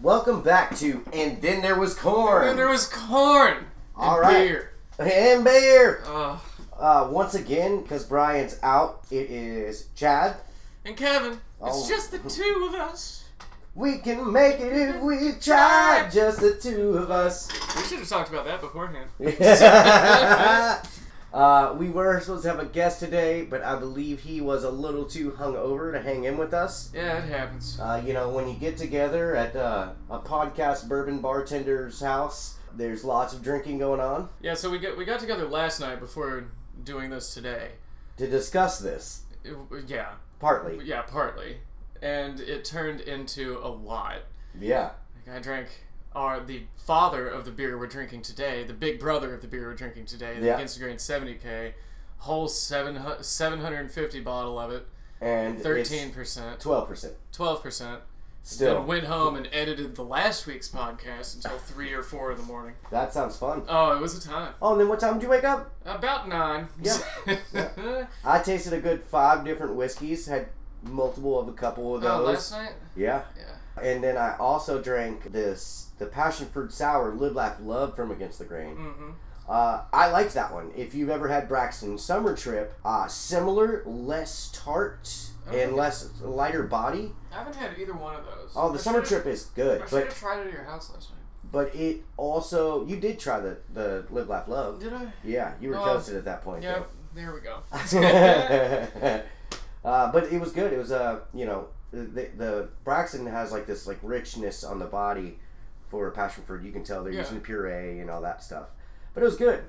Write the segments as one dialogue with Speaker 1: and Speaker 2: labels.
Speaker 1: Welcome back to And Then There Was Corn.
Speaker 2: And there was corn. and
Speaker 1: All right.
Speaker 2: Beer.
Speaker 1: And beer.
Speaker 2: Ugh.
Speaker 1: Uh, once again, because Brian's out, it is Chad.
Speaker 2: and Kevin.
Speaker 1: Oh.
Speaker 2: It's just the two of us.
Speaker 1: We can make it if we try, just the two of us.
Speaker 2: We should have talked about that beforehand.
Speaker 1: uh, we were supposed to have a guest today, but I believe he was a little too hungover to hang in with us.
Speaker 2: Yeah, it happens.
Speaker 1: Uh, you know, when you get together at uh, a podcast bourbon bartender's house, there's lots of drinking going on
Speaker 2: Yeah, so we got we got together last night before doing this today.
Speaker 1: to discuss this,
Speaker 2: It- yeah,
Speaker 1: partly.
Speaker 2: yeah, partly, and it turned into a lot.
Speaker 1: Yeah.
Speaker 2: Like I drank our the father of the beer we're drinking today, the big brother of the beer we're drinking today, the
Speaker 1: Yeah.
Speaker 2: Against the Grain 70k, whole seven hu- 750 bottle of it,
Speaker 1: And it's
Speaker 2: 13%,
Speaker 1: 12%.
Speaker 2: 12%. Then
Speaker 1: Still,
Speaker 2: went home and edited the last week's podcast until three or four in the morning.
Speaker 1: that sounds fun.
Speaker 2: Oh, it was a time.
Speaker 1: Oh, and then what time did you wake up?
Speaker 2: About nine. Oh,
Speaker 1: Yeah. I tasted a good five different whiskeys, had multiple of a couple of those.
Speaker 2: oh, last night?
Speaker 1: yeah.
Speaker 2: Yeah.
Speaker 1: And then I also drank this the passion fruit sour live laugh love from Against the Grain.
Speaker 2: Mm-hmm.
Speaker 1: Uh, I liked that one. If you've ever had Braxton Summer Trip, uh, similar, less tart and
Speaker 2: Okay.
Speaker 1: less lighter body.
Speaker 2: I haven't had either one of those.
Speaker 1: Oh, the
Speaker 2: I
Speaker 1: Summer
Speaker 2: should've-
Speaker 1: Trip is good,
Speaker 2: I should
Speaker 1: but
Speaker 2: have tried it at your house last night.
Speaker 1: but it also you did try the the live laugh love.
Speaker 2: Did I?
Speaker 1: Yeah, you were
Speaker 2: Oh,
Speaker 1: toasted at that point.
Speaker 2: Yep. There we go.
Speaker 1: uh, but it was good. It was uh, you know, the, the, the Braxton has like this like richness on the body for passion fruit. You can tell they're
Speaker 2: Yeah.
Speaker 1: using puree and all that stuff. But it was good.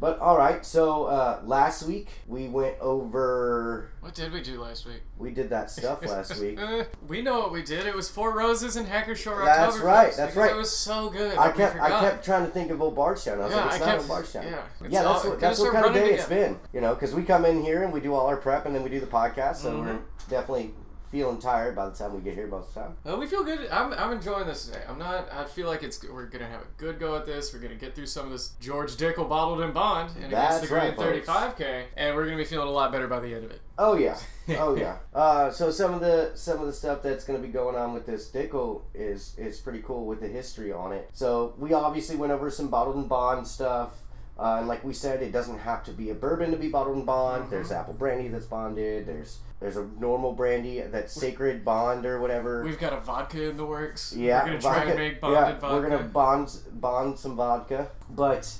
Speaker 1: But all right, so uh, last week we went over.
Speaker 2: what did we do last week?
Speaker 1: We did that stuff last week.
Speaker 2: Uh, we know what we did. It was Four Roses and Hacker Shore
Speaker 1: That's
Speaker 2: Oktoberfest,
Speaker 1: right, that's
Speaker 2: because
Speaker 1: right.
Speaker 2: It was so good.
Speaker 1: I
Speaker 2: that we
Speaker 1: kept I
Speaker 2: forgot.
Speaker 1: kept trying to think of old Bardstown. I was
Speaker 2: Yeah,
Speaker 1: like, it's
Speaker 2: I
Speaker 1: not
Speaker 2: kept-
Speaker 1: old Bardstown.
Speaker 2: yeah. It's
Speaker 1: yeah, that's
Speaker 2: all-
Speaker 1: what that's
Speaker 2: those
Speaker 1: what
Speaker 2: are
Speaker 1: kind of day
Speaker 2: running
Speaker 1: it's been. You know, because we come in here and we do all our prep and then we do the podcast, so
Speaker 2: Mm-hmm.
Speaker 1: we're definitely feeling tired by the time we get here most of the time.
Speaker 2: Uh, we feel good. I'm, I'm enjoying this today. I'm not. I feel like it's. We're gonna have a good go at this. We're gonna get through some of this George Dickel bottled and bond and
Speaker 1: That's
Speaker 2: against the green
Speaker 1: right, folks.
Speaker 2: 35k, and we're gonna be feeling a lot better by the end of it.
Speaker 1: Oh yeah, oh yeah. Uh, so some of the some of the stuff that's going to be going on with this Dickel is is pretty cool with the history on it. So we obviously went over some bottled and bond stuff, uh, and like we said, it doesn't have to be a bourbon to be bottled and bond. There's apple brandy that's bonded. There's there's a normal brandy that's sacred bond or whatever.
Speaker 2: We've got a vodka in the works.
Speaker 1: yeah,
Speaker 2: we're gonna try
Speaker 1: vodka-
Speaker 2: and make bonded
Speaker 1: yeah,
Speaker 2: vodka.
Speaker 1: We're gonna bond bond some vodka, but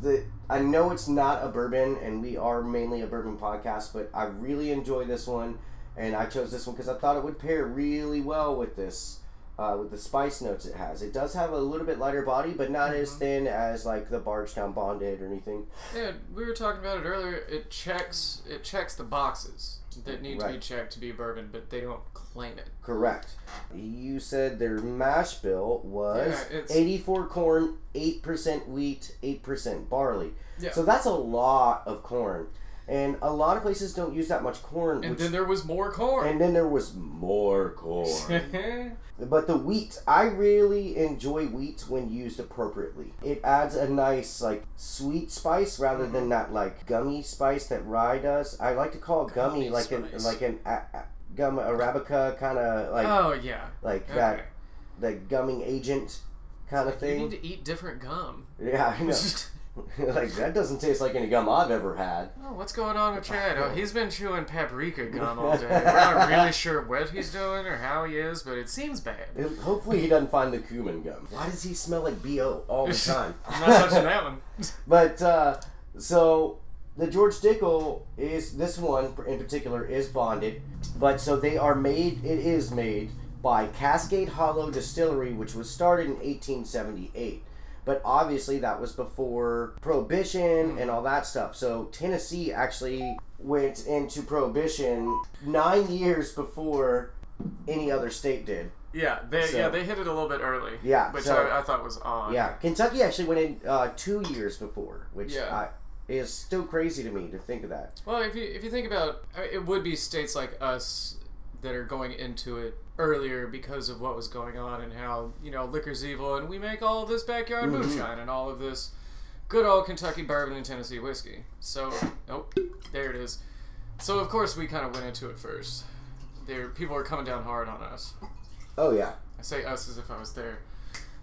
Speaker 1: the I know it's not a bourbon, and we are mainly a bourbon podcast, but I really enjoy this one, and I chose this one because I thought it would pair really well with this. Uh, with the spice notes it has, it does have a little bit lighter body, but not
Speaker 2: Mm-hmm.
Speaker 1: as thin as like the Bargetown Bonded or anything.
Speaker 2: Yeah, we were talking about it earlier. It checks. It checks the boxes that need to be
Speaker 1: Right.
Speaker 2: checked to be bourbon, but they don't claim it.
Speaker 1: Correct. You said their mash bill was
Speaker 2: Yeah, it's-
Speaker 1: 84 corn, 8% wheat, 8% barley.
Speaker 2: Yeah.
Speaker 1: So that's a lot of corn. And a lot of places don't use that much corn.
Speaker 2: And
Speaker 1: which,
Speaker 2: then there was more corn.
Speaker 1: and then there was more corn.
Speaker 2: yeah,
Speaker 1: but the wheat, I really enjoy wheat when used appropriately. It adds a nice, like, sweet spice rather
Speaker 2: Mm-hmm.
Speaker 1: than that, like, gummy spice that rye does. I like to call it gummy,
Speaker 2: Gummy
Speaker 1: like an,
Speaker 2: spice.
Speaker 1: like an a, a, gum arabica kind of, like,
Speaker 2: oh yeah.
Speaker 1: like
Speaker 2: Okay.
Speaker 1: that that gumming agent kind of
Speaker 2: You
Speaker 1: thing.
Speaker 2: need to eat different gum.
Speaker 1: yeah, I know. like that doesn't taste like any gum I've ever had.
Speaker 2: Oh, what's going on with Chad? Oh, he's been chewing paprika gum all day. We're not really sure what he's doing or how he is, but it seems bad. I'm
Speaker 1: It- hopefully he doesn't find the cumin gum. Why does he smell like bo all the time?
Speaker 2: not touching that one.
Speaker 1: but uh, so the George Dickel is this one in particular is bonded, but so they are made. It is made by Cascade Hollow Distillery, which was started in 1878. But obviously, that was before Prohibition and all that stuff. So Tennessee actually went into Prohibition nine years before any other state did.
Speaker 2: Yeah, they
Speaker 1: So-
Speaker 2: yeah they hit it a little bit early.
Speaker 1: Yeah,
Speaker 2: which
Speaker 1: so-
Speaker 2: I, I thought was odd.
Speaker 1: Yeah, Kentucky actually went in uh, two years before, which
Speaker 2: Yeah.
Speaker 1: I, is still crazy to me to think of that.
Speaker 2: Well, if you if you think about, I mean, it would be states like us that are going into it earlier because of what was going on and how you know liquor's evil, and we make all of this backyard moonshine and all of this good old Kentucky bourbon and Tennessee whiskey. So, oh, there it is. So of course we kind of went into it first. There, people are coming down hard on us.
Speaker 1: Oh yeah,
Speaker 2: I say us as if I was there.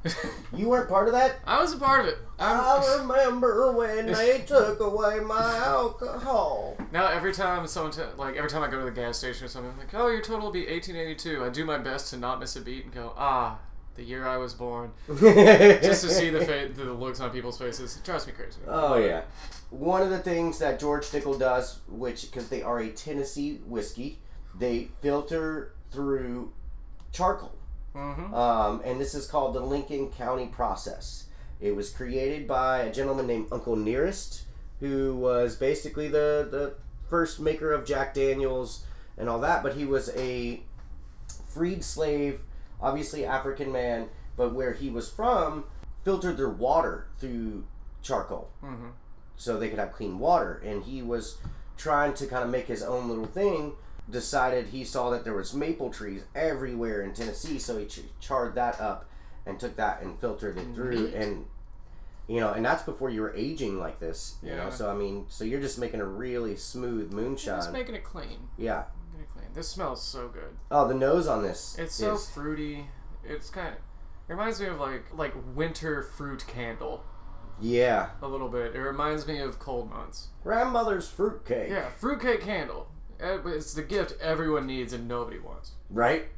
Speaker 1: You weren't part of that?
Speaker 2: I was a part of it.
Speaker 1: I
Speaker 2: I'm,
Speaker 1: remember when they took away my alcohol.
Speaker 2: now every time someone t- like every time I go to the gas station or something, I'm like, oh, your total will be 1882. I do my best to not miss a beat and go, ah, the year I was born, just to see the fa- the looks on people's faces. It drives me crazy.
Speaker 1: Oh yeah. One of the things that George Stickle does, which because they are a Tennessee whiskey, they filter through charcoal,
Speaker 2: Mm-hmm.
Speaker 1: um, and this is called the Lincoln County process. It was created by a gentleman named Uncle Nearest, who was basically the the first maker of Jack Daniels and all that, but he was a freed slave, obviously African man, but where he was from filtered their water through charcoal
Speaker 2: Mm-hmm.
Speaker 1: so they could have clean water. And he was trying to kind of make his own little thing. Decided he saw that there was maple trees everywhere in Tennessee, so he ch- charred that up and took that and filtered it through. And you know, and that's before you were aging like this. You
Speaker 2: Yeah.
Speaker 1: know, so I mean, so you're just making a really smooth
Speaker 2: Just
Speaker 1: moonshine.
Speaker 2: making it clean.
Speaker 1: yeah.
Speaker 2: Making it clean. This smells so good.
Speaker 1: Oh, the nose on this.
Speaker 2: It's so
Speaker 1: is-
Speaker 2: fruity. It's kind of it reminds me of like like winter fruit candle
Speaker 1: yeah.
Speaker 2: a little bit. It reminds me of cold months.
Speaker 1: Grandmother's fruitcake.
Speaker 2: Yeah, fruitcake candle. Eh, but It's the gift everyone needs and nobody wants.
Speaker 1: Right?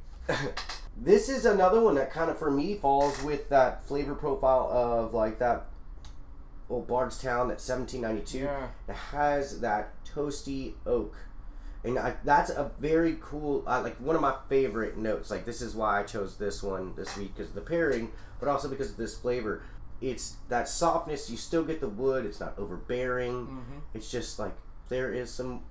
Speaker 1: this is another one that kind of, for me, falls with that flavor profile of like that old Bardstown at 1792.
Speaker 2: Yeah.
Speaker 1: It has that toasty oak. And I, that's a very cool, uh, like one of my favorite notes. Like, this is why I chose this one this week because of the pairing, but also because of this flavor. It's that softness. You still get the wood. It's not overbearing.
Speaker 2: Mm-hmm.
Speaker 1: It's just like there is some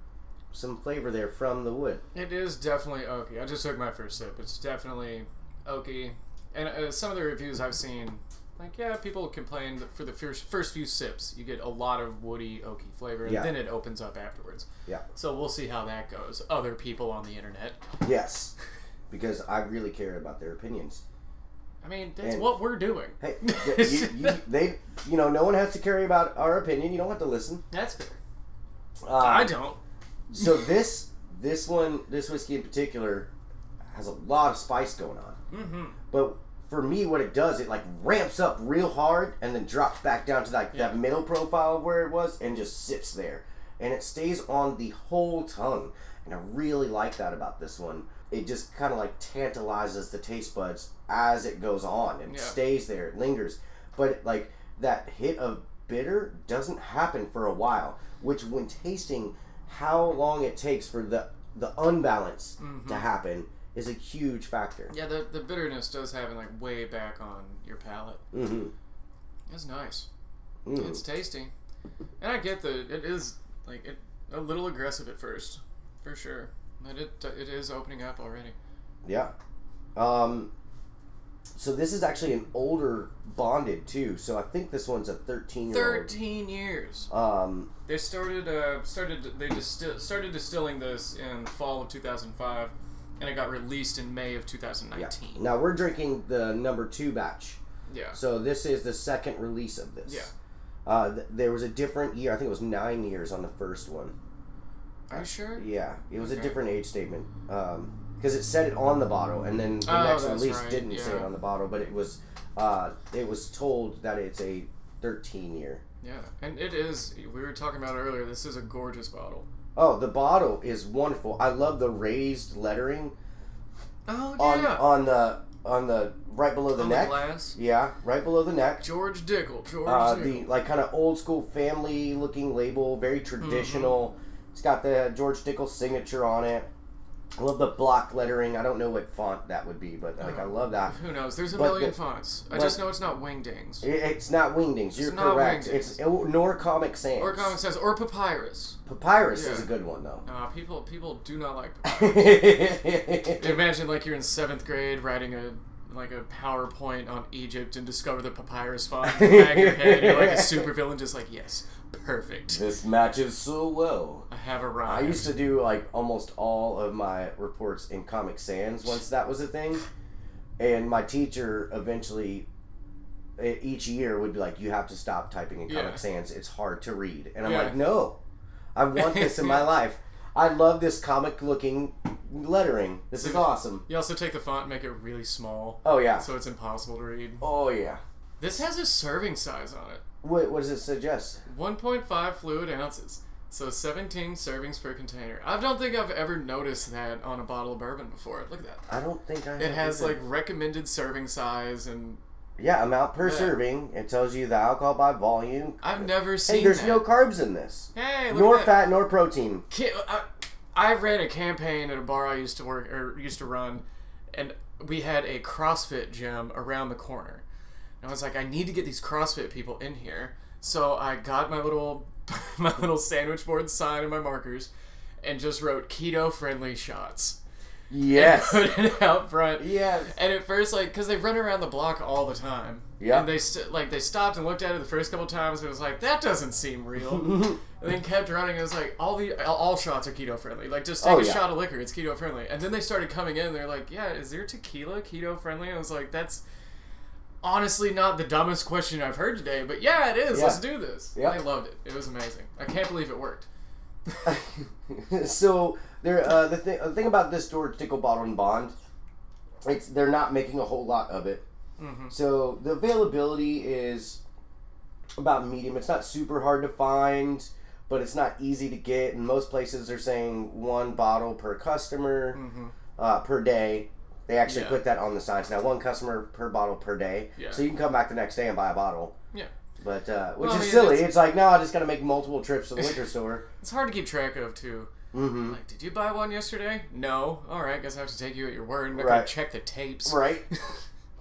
Speaker 1: some flavor there from the wood.
Speaker 2: It is definitely oaky. I just took my first sip. It's definitely oaky. And uh, some of the reviews I've seen, like yeah, people complain that for the first first few sips you get a lot of woody oaky flavor, and
Speaker 1: Yeah.
Speaker 2: then it opens up afterwards.
Speaker 1: Yeah.
Speaker 2: So we'll see how that goes. Other people on the internet.
Speaker 1: Yes, because I really care about their opinions.
Speaker 2: I mean, that's
Speaker 1: And-
Speaker 2: what we're doing.
Speaker 1: Hey, th- you, you, they, you know, no one has to care about our opinion. You don't have to listen.
Speaker 2: That's fair.
Speaker 1: Uh,
Speaker 2: I don't.
Speaker 1: so this, this one, this whiskey in particular, has a lot of spice going on.
Speaker 2: Mm-hmm.
Speaker 1: But for me, what it does, it like ramps up real hard and then drops back down to like that middle profile of where it was and just sits there. And it stays on the whole tongue. And I really like that about this one. It just kind of like tantalizes the taste buds as it goes on and
Speaker 2: Yeah.
Speaker 1: stays there. It lingers. But like that hit of bitter doesn't happen for a while, which when tasting how long it takes for the the unbalance to happen is a huge factor.
Speaker 2: Yeah, the, the bitterness does happen like way back on your palate.
Speaker 1: Mm-hmm.
Speaker 2: It's nice.
Speaker 1: Mm.
Speaker 2: It's tasty, and I get the it is like it a little aggressive at first, for sure. But it it is opening up already.
Speaker 1: Yeah. Um, so this is actually an older bonded too. So I think this one's a thirteen year
Speaker 2: Thirteen years.
Speaker 1: old. Um,
Speaker 2: They started uh started they disti- started distilling this in fall of two thousand five, and it got released in May of two thousand
Speaker 1: yeah.
Speaker 2: nineteen.
Speaker 1: Now we're drinking the number two batch.
Speaker 2: Yeah.
Speaker 1: So this is the second release of this.
Speaker 2: Yeah.
Speaker 1: Uh, th- there was a different year. I think it was nine years on the first one.
Speaker 2: Are you sure?
Speaker 1: Yeah, it was a
Speaker 2: Okay.
Speaker 1: different age statement. Um, because it said it on the bottle, and then the
Speaker 2: Oh,
Speaker 1: next
Speaker 2: that's
Speaker 1: release
Speaker 2: right,
Speaker 1: didn't say it
Speaker 2: yeah.
Speaker 1: on the bottle, but it was, uh, it was told that it's a thirteen year.
Speaker 2: Yeah, and it is. We were talking about earlier. This is a gorgeous bottle.
Speaker 1: Oh, the bottle is wonderful. I love the raised lettering
Speaker 2: Oh
Speaker 1: on on the on the right below the
Speaker 2: On
Speaker 1: neck.
Speaker 2: glass.
Speaker 1: yeah, right below the neck.
Speaker 2: George Dickel. George
Speaker 1: Uh, the
Speaker 2: Dickel.
Speaker 1: like kind of old school family looking label, very traditional. It's got the George Dickel signature on it. I love the block lettering. I don't know what font that would be, but like I love that.
Speaker 2: Who knows? There's a
Speaker 1: But
Speaker 2: million
Speaker 1: the-
Speaker 2: fonts. I
Speaker 1: but-
Speaker 2: just know it's not Wingdings
Speaker 1: It, it's not Wingdings. You're
Speaker 2: not
Speaker 1: correct.
Speaker 2: Wingdings.
Speaker 1: It's oh, nor Comic Sans.
Speaker 2: or Common Sense or Papyrus.
Speaker 1: Papyrus is
Speaker 2: Yeah.
Speaker 1: a good one though.
Speaker 2: Uh, people people do not like. Papyrus. Imagine like you're in seventh grade writing a like a PowerPoint on Egypt and discover the Papyrus font in the back of your head. And you're like a supervillain, just like yes, perfect.
Speaker 1: this matches so well.
Speaker 2: I have
Speaker 1: I
Speaker 2: arrived.
Speaker 1: used to do like almost all of my reports in Comic Sans once that was a thing, and my teacher eventually e- each year would be like, "You have to stop typing in Comic
Speaker 2: Yeah.
Speaker 1: Sans. It's hard to read." And I'm
Speaker 2: Yeah.
Speaker 1: like, "No, I want this in my life. I love this comic looking lettering. This is awesome.
Speaker 2: You also take the font and make it really small,
Speaker 1: Oh yeah.
Speaker 2: so it's impossible to read.
Speaker 1: Oh yeah.
Speaker 2: This has a serving size on it
Speaker 1: What, what does it suggest?
Speaker 2: 1.5 fluid ounces. So 17 servings per container. I don't think I've ever noticed that on a bottle of bourbon before. Look at that.
Speaker 1: I don't think I.
Speaker 2: It
Speaker 1: have
Speaker 2: has like
Speaker 1: either.
Speaker 2: recommended serving size, and
Speaker 1: yeah amount per
Speaker 2: Yeah.
Speaker 1: serving. It tells you the alcohol by volume.
Speaker 2: I've never seen.
Speaker 1: Hey, there's
Speaker 2: that.
Speaker 1: no carbs in this.
Speaker 2: Hey, look
Speaker 1: Nor
Speaker 2: at that.
Speaker 1: fat, nor protein.
Speaker 2: Ki- I, I ran a campaign at a bar I used to work or used to run, and we had a CrossFit gym around the corner. And I was like, I need to get these CrossFit people in here. So I got my little my little sandwich board sign and my markers, and just wrote keto friendly shots.
Speaker 1: Yes.
Speaker 2: Put it out front.
Speaker 1: yes.
Speaker 2: And at first, like, because they run around the block all the time.
Speaker 1: Yeah.
Speaker 2: And they st- like they stopped and looked at it the first couple times and was like, that doesn't seem real. and then kept running. and It was like all the all- all shots are keto friendly. Like just take
Speaker 1: Oh,
Speaker 2: a
Speaker 1: yeah.
Speaker 2: shot of liquor. It's keto friendly. And then they started coming in. They're like, yeah, is there tequila keto friendly? I was like, that's honestly not the dumbest question I've heard today. But yeah, it is.
Speaker 1: Yeah.
Speaker 2: Let's do this.
Speaker 1: Yeah.
Speaker 2: And They loved it. It was amazing. I can't believe it worked.
Speaker 1: so there, uh, the, th- the thing about this George Tickle bottle and bond, it's they're not making a whole lot of it.
Speaker 2: Mm-hmm.
Speaker 1: So the availability is about medium. It's not super hard to find, but it's not easy to get. And most places are saying one bottle per customer uh, per day. They actually
Speaker 2: Mm-hmm. Yeah.
Speaker 1: put that on the signs now. One customer per bottle per day.
Speaker 2: Yeah.
Speaker 1: So you can come back the next day and buy a bottle.
Speaker 2: Yeah.
Speaker 1: But uh, which
Speaker 2: Well,
Speaker 1: is
Speaker 2: yeah,
Speaker 1: silly.
Speaker 2: that's-
Speaker 1: It's like no, I just got to make multiple trips to the liquor store.
Speaker 2: It's hard to keep track of too.
Speaker 1: Mm-hmm.
Speaker 2: Like, did you buy one yesterday? No. All right, guess I have to take you at your word. and
Speaker 1: Right.
Speaker 2: Check the tapes.
Speaker 1: Right.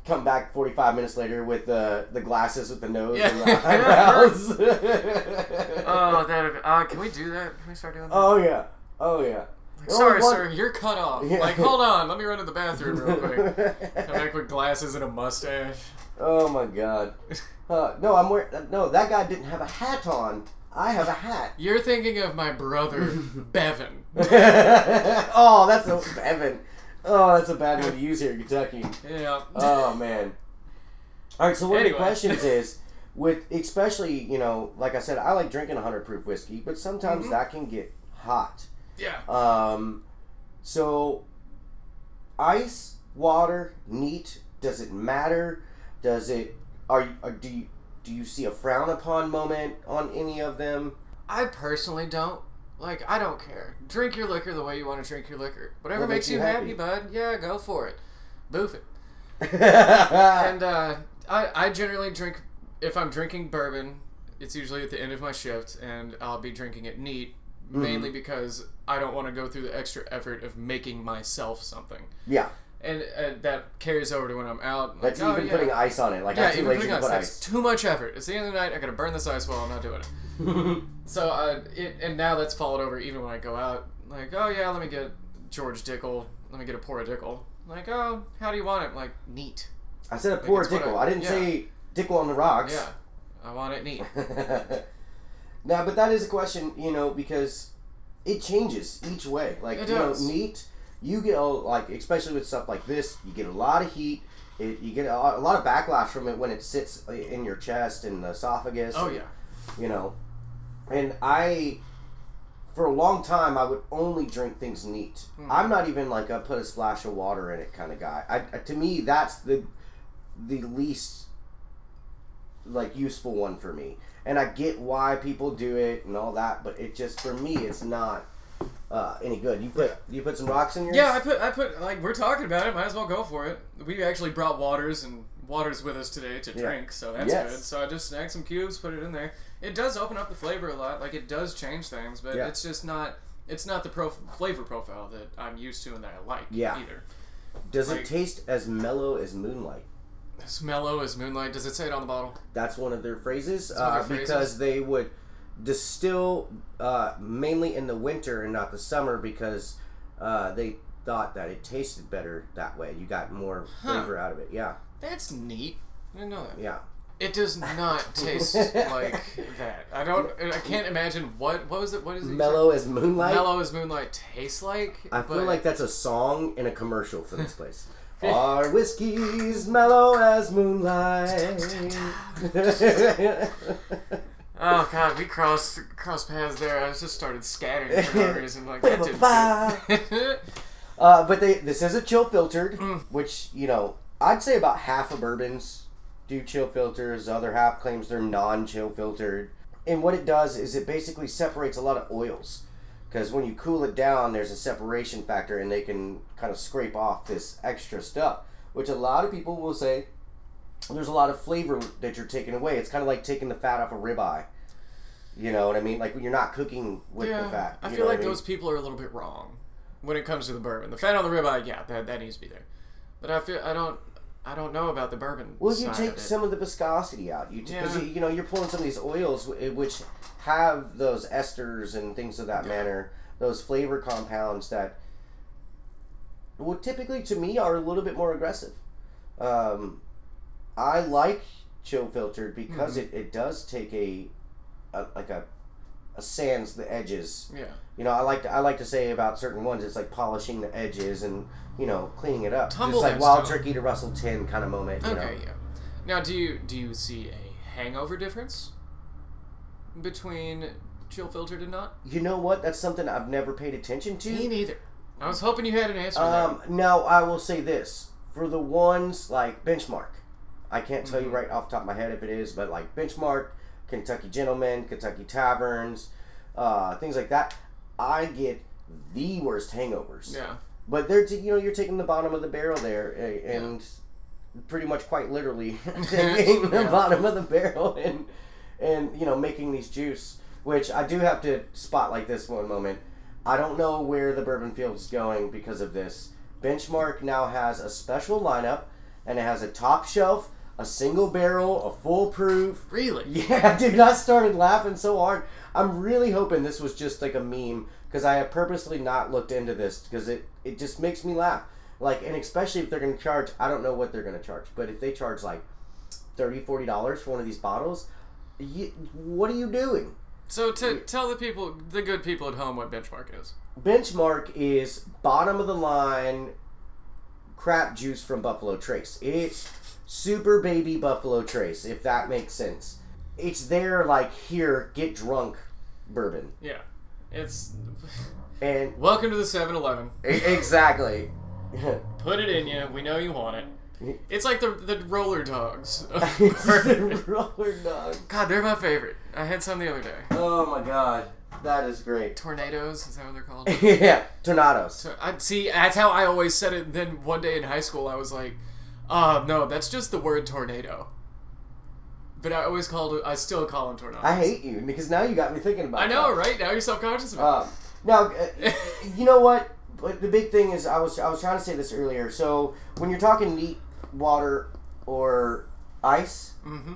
Speaker 1: Come back 45 minutes later with the the glasses with the nose
Speaker 2: Yeah.
Speaker 1: and the eyebrows.
Speaker 2: Oh, that. Uh, can we do that? Can we start doing that?
Speaker 1: oh yeah. Oh yeah. The only
Speaker 2: Sorry,
Speaker 1: one-
Speaker 2: sir. You're cut off.
Speaker 1: Yeah.
Speaker 2: Like, hold on. Let me run to the bathroom real quick. Come back with glasses and a mustache.
Speaker 1: oh my god. Uh, no, I'm wearing. No, that guy didn't have a hat on. I have a hat.
Speaker 2: You're thinking of my brother, Bevan.
Speaker 1: oh, that's a Evan. Oh, that's a bad one to use here in Kentucky.
Speaker 2: Yeah.
Speaker 1: Oh man. All right. So one
Speaker 2: Anyway.
Speaker 1: of the questions is, with especially you know, like I said, I like drinking 100 proof whiskey, but sometimes that can get hot.
Speaker 2: yeah.
Speaker 1: Um, so ice, water, neat. Does it matter? Does it? Are you? Are, do you? Do you see a frown upon moment on any of them?
Speaker 2: I personally don't. Like, I don't care. Drink your liquor the way you want to drink your liquor. Whatever
Speaker 1: What
Speaker 2: makes
Speaker 1: makes
Speaker 2: you
Speaker 1: you
Speaker 2: happy,
Speaker 1: happy?
Speaker 2: bud. Yeah, go for it. Boof it. and uh, I, I generally drink if I'm drinking bourbon, it's usually at the end of my shift, and I'll be drinking it neat,
Speaker 1: Mm-hmm.
Speaker 2: mainly because I don't want to go through the extra effort of making myself something,
Speaker 1: yeah,
Speaker 2: and uh, that carries over to when I'm out. I'm
Speaker 1: that's
Speaker 2: like, "Oh,
Speaker 1: even
Speaker 2: yeah."
Speaker 1: putting ice on it. Like
Speaker 2: yeah,
Speaker 1: I'm too
Speaker 2: even
Speaker 1: lazy
Speaker 2: putting
Speaker 1: to
Speaker 2: ice.
Speaker 1: put
Speaker 2: That's
Speaker 1: ice.
Speaker 2: too much effort. It's the end of the night. I gotta burn this ice while I'm not doing it. So uh, it, and now that's followed over even when I go out. Like, oh yeah, let me get George Dickel. Let me get a pour of Dickel. Like, oh, how do you want it? Like, neat.
Speaker 1: I said a poor
Speaker 2: it's what
Speaker 1: dickle.
Speaker 2: I-
Speaker 1: I, didn't
Speaker 2: yeah.
Speaker 1: say dickle on the rocks.
Speaker 2: Yeah, I want it neat.
Speaker 1: now, but that is a question, you know, because it changes each way. Like
Speaker 2: It
Speaker 1: you know,
Speaker 2: does.
Speaker 1: neat. You get a, like, especially with stuff like this, you get a lot of heat. It, you get a, a lot of backlash from it when it sits uh, in your chest and the esophagus.
Speaker 2: Oh
Speaker 1: and,
Speaker 2: yeah.
Speaker 1: you know, and I, for a long time, I would only drink things neat.
Speaker 2: Hmm.
Speaker 1: I'm not even like a put a splash of water in it kind of guy. I, to me, that's the the least like useful one for me. And I get why people do it and all that, but it just for me, it's not uh, any good. You put you put some rocks in yours.
Speaker 2: Yeah, I put I put like we're talking about it. Might as well go for it. We actually brought waters and waters with us today to
Speaker 1: Yeah.
Speaker 2: drink, so that's
Speaker 1: Yes.
Speaker 2: good. So I just snagged some cubes, put it in there. It does open up the flavor a lot. Like it does change things, but
Speaker 1: Yeah.
Speaker 2: it's just not it's not the prof- flavor profile that I'm used to and that I like
Speaker 1: Yeah.
Speaker 2: either.
Speaker 1: Does
Speaker 2: Like-
Speaker 1: it taste as mellow as moonlight?
Speaker 2: It's mellow as moonlight. Does it say it on the bottle?
Speaker 1: That's one of their phrases uh,
Speaker 2: one of their phrases.
Speaker 1: because they would distill uh, mainly in the winter and not the summer because uh, they thought that it tasted better that way. You got more flavor out of it. Yeah,
Speaker 2: That's neat. I didn't know that.
Speaker 1: yeah.
Speaker 2: It does not taste like that. I don't. I can't imagine what. What was it? What is it?
Speaker 1: Mellow as moonlight.
Speaker 2: Mellow as moonlight tastes like.
Speaker 1: I feel
Speaker 2: but-
Speaker 1: like that's a song and a commercial for this place. Our whiskey's mellow as moonlight.
Speaker 2: Oh god, we crossed crossed paths there. I just started scattering for no reason. Like that didn't. fit.
Speaker 1: Uh, but they this is a chill filtered,
Speaker 2: Mm.
Speaker 1: which you know I'd say about half of bourbons do chill filters. The other half claims they're non-chill filtered. And what it does is it basically separates a lot of oils because when you cool it down, there's a separation factor, and they can kind of scrape off this extra stuff, which a lot of people will say there's a lot of flavor that you're taking away. It's kind of like taking the fat off a ribeye. You know what I mean? Like when you're not cooking with
Speaker 2: yeah,
Speaker 1: the fat.
Speaker 2: I
Speaker 1: you
Speaker 2: feel
Speaker 1: know
Speaker 2: like
Speaker 1: what I mean?
Speaker 2: those people are a little bit wrong when it comes to the bourbon. The fat on the ribeye, yeah, that, that needs to be there. But I feel I don't I don't know about the bourbon.
Speaker 1: Well, you
Speaker 2: side
Speaker 1: take
Speaker 2: of it.
Speaker 1: some of the viscosity out. You because
Speaker 2: Yeah.
Speaker 1: you, you know you're pulling some of these oils wh- which have those esters and things of that manner, those flavor compounds that well typically to me are a little bit more aggressive. Um, I like chill filtered because
Speaker 2: Mm-hmm.
Speaker 1: it, it does take a, a like a a sands the edges
Speaker 2: yeah.
Speaker 1: you know, I like to I like to say about certain ones, it's like polishing the edges and you know cleaning it up.
Speaker 2: Tumble
Speaker 1: it's like
Speaker 2: that
Speaker 1: wild
Speaker 2: stone.
Speaker 1: turkey to Russell Tin kind of moment. You
Speaker 2: Okay,
Speaker 1: know?
Speaker 2: yeah. Now, do you do you see a hangover difference between chill filtered and not?
Speaker 1: You know what? That's something I've never paid attention to.
Speaker 2: neither. I was hoping you had an answer. there.
Speaker 1: Um, now I will say this for the ones like Benchmark, I can't tell you right off the top of my head if it is, but like Benchmark, Kentucky Gentlemen, Kentucky Taverns, uh, things like that. I get the worst hangovers.
Speaker 2: Yeah.
Speaker 1: But they're t- you know you're taking the bottom of the barrel there a- and pretty much quite literally taking the
Speaker 2: Yeah.
Speaker 1: bottom of the barrel and and you know making these juice, which I do have to spotlight this one moment. I don't know where the bourbon field's going because of this. Benchmark now has a special lineup and it has a top shelf, a single barrel, a foolproof,
Speaker 2: Really?
Speaker 1: yeah, dude, I started laughing so hard. I'm really hoping this was just like a meme because I have purposely not looked into this because it it just makes me laugh. Like, and especially if they're gonna charge, I don't know what they're gonna charge, but if they charge like 30 40 dollars for one of these bottles, you, what are you doing?
Speaker 2: So to tell the people, the good people at home, what benchmark is.
Speaker 1: Benchmark is bottom of the line crap juice from Buffalo Trace. It's super baby Buffalo Trace, if that makes sense. It's their like here get drunk bourbon.
Speaker 2: Yeah. It's
Speaker 1: And
Speaker 2: welcome to the 7-Eleven.
Speaker 1: E-, exactly.
Speaker 2: Put it in you. We know you want it. It's like the the roller dogs.
Speaker 1: Roller dog.
Speaker 2: God, they're my favorite. I had some the other day.
Speaker 1: Oh my god, that is great.
Speaker 2: Tornadoes is that what they're called?
Speaker 1: yeah, tornadoes.
Speaker 2: So I see. That's how I always said it. Then one day in high school, I was like, "Oh no, that's just the word tornado." But I always called. it- I still call them tornadoes.
Speaker 1: I hate you because now you got me thinking about.
Speaker 2: I know,
Speaker 1: that.
Speaker 2: right? Now you're self conscious about.
Speaker 1: Um, now, uh, you know what? But the big thing is, I was I was trying to say this earlier. So when you're talking neat water or ice,
Speaker 2: it. hmm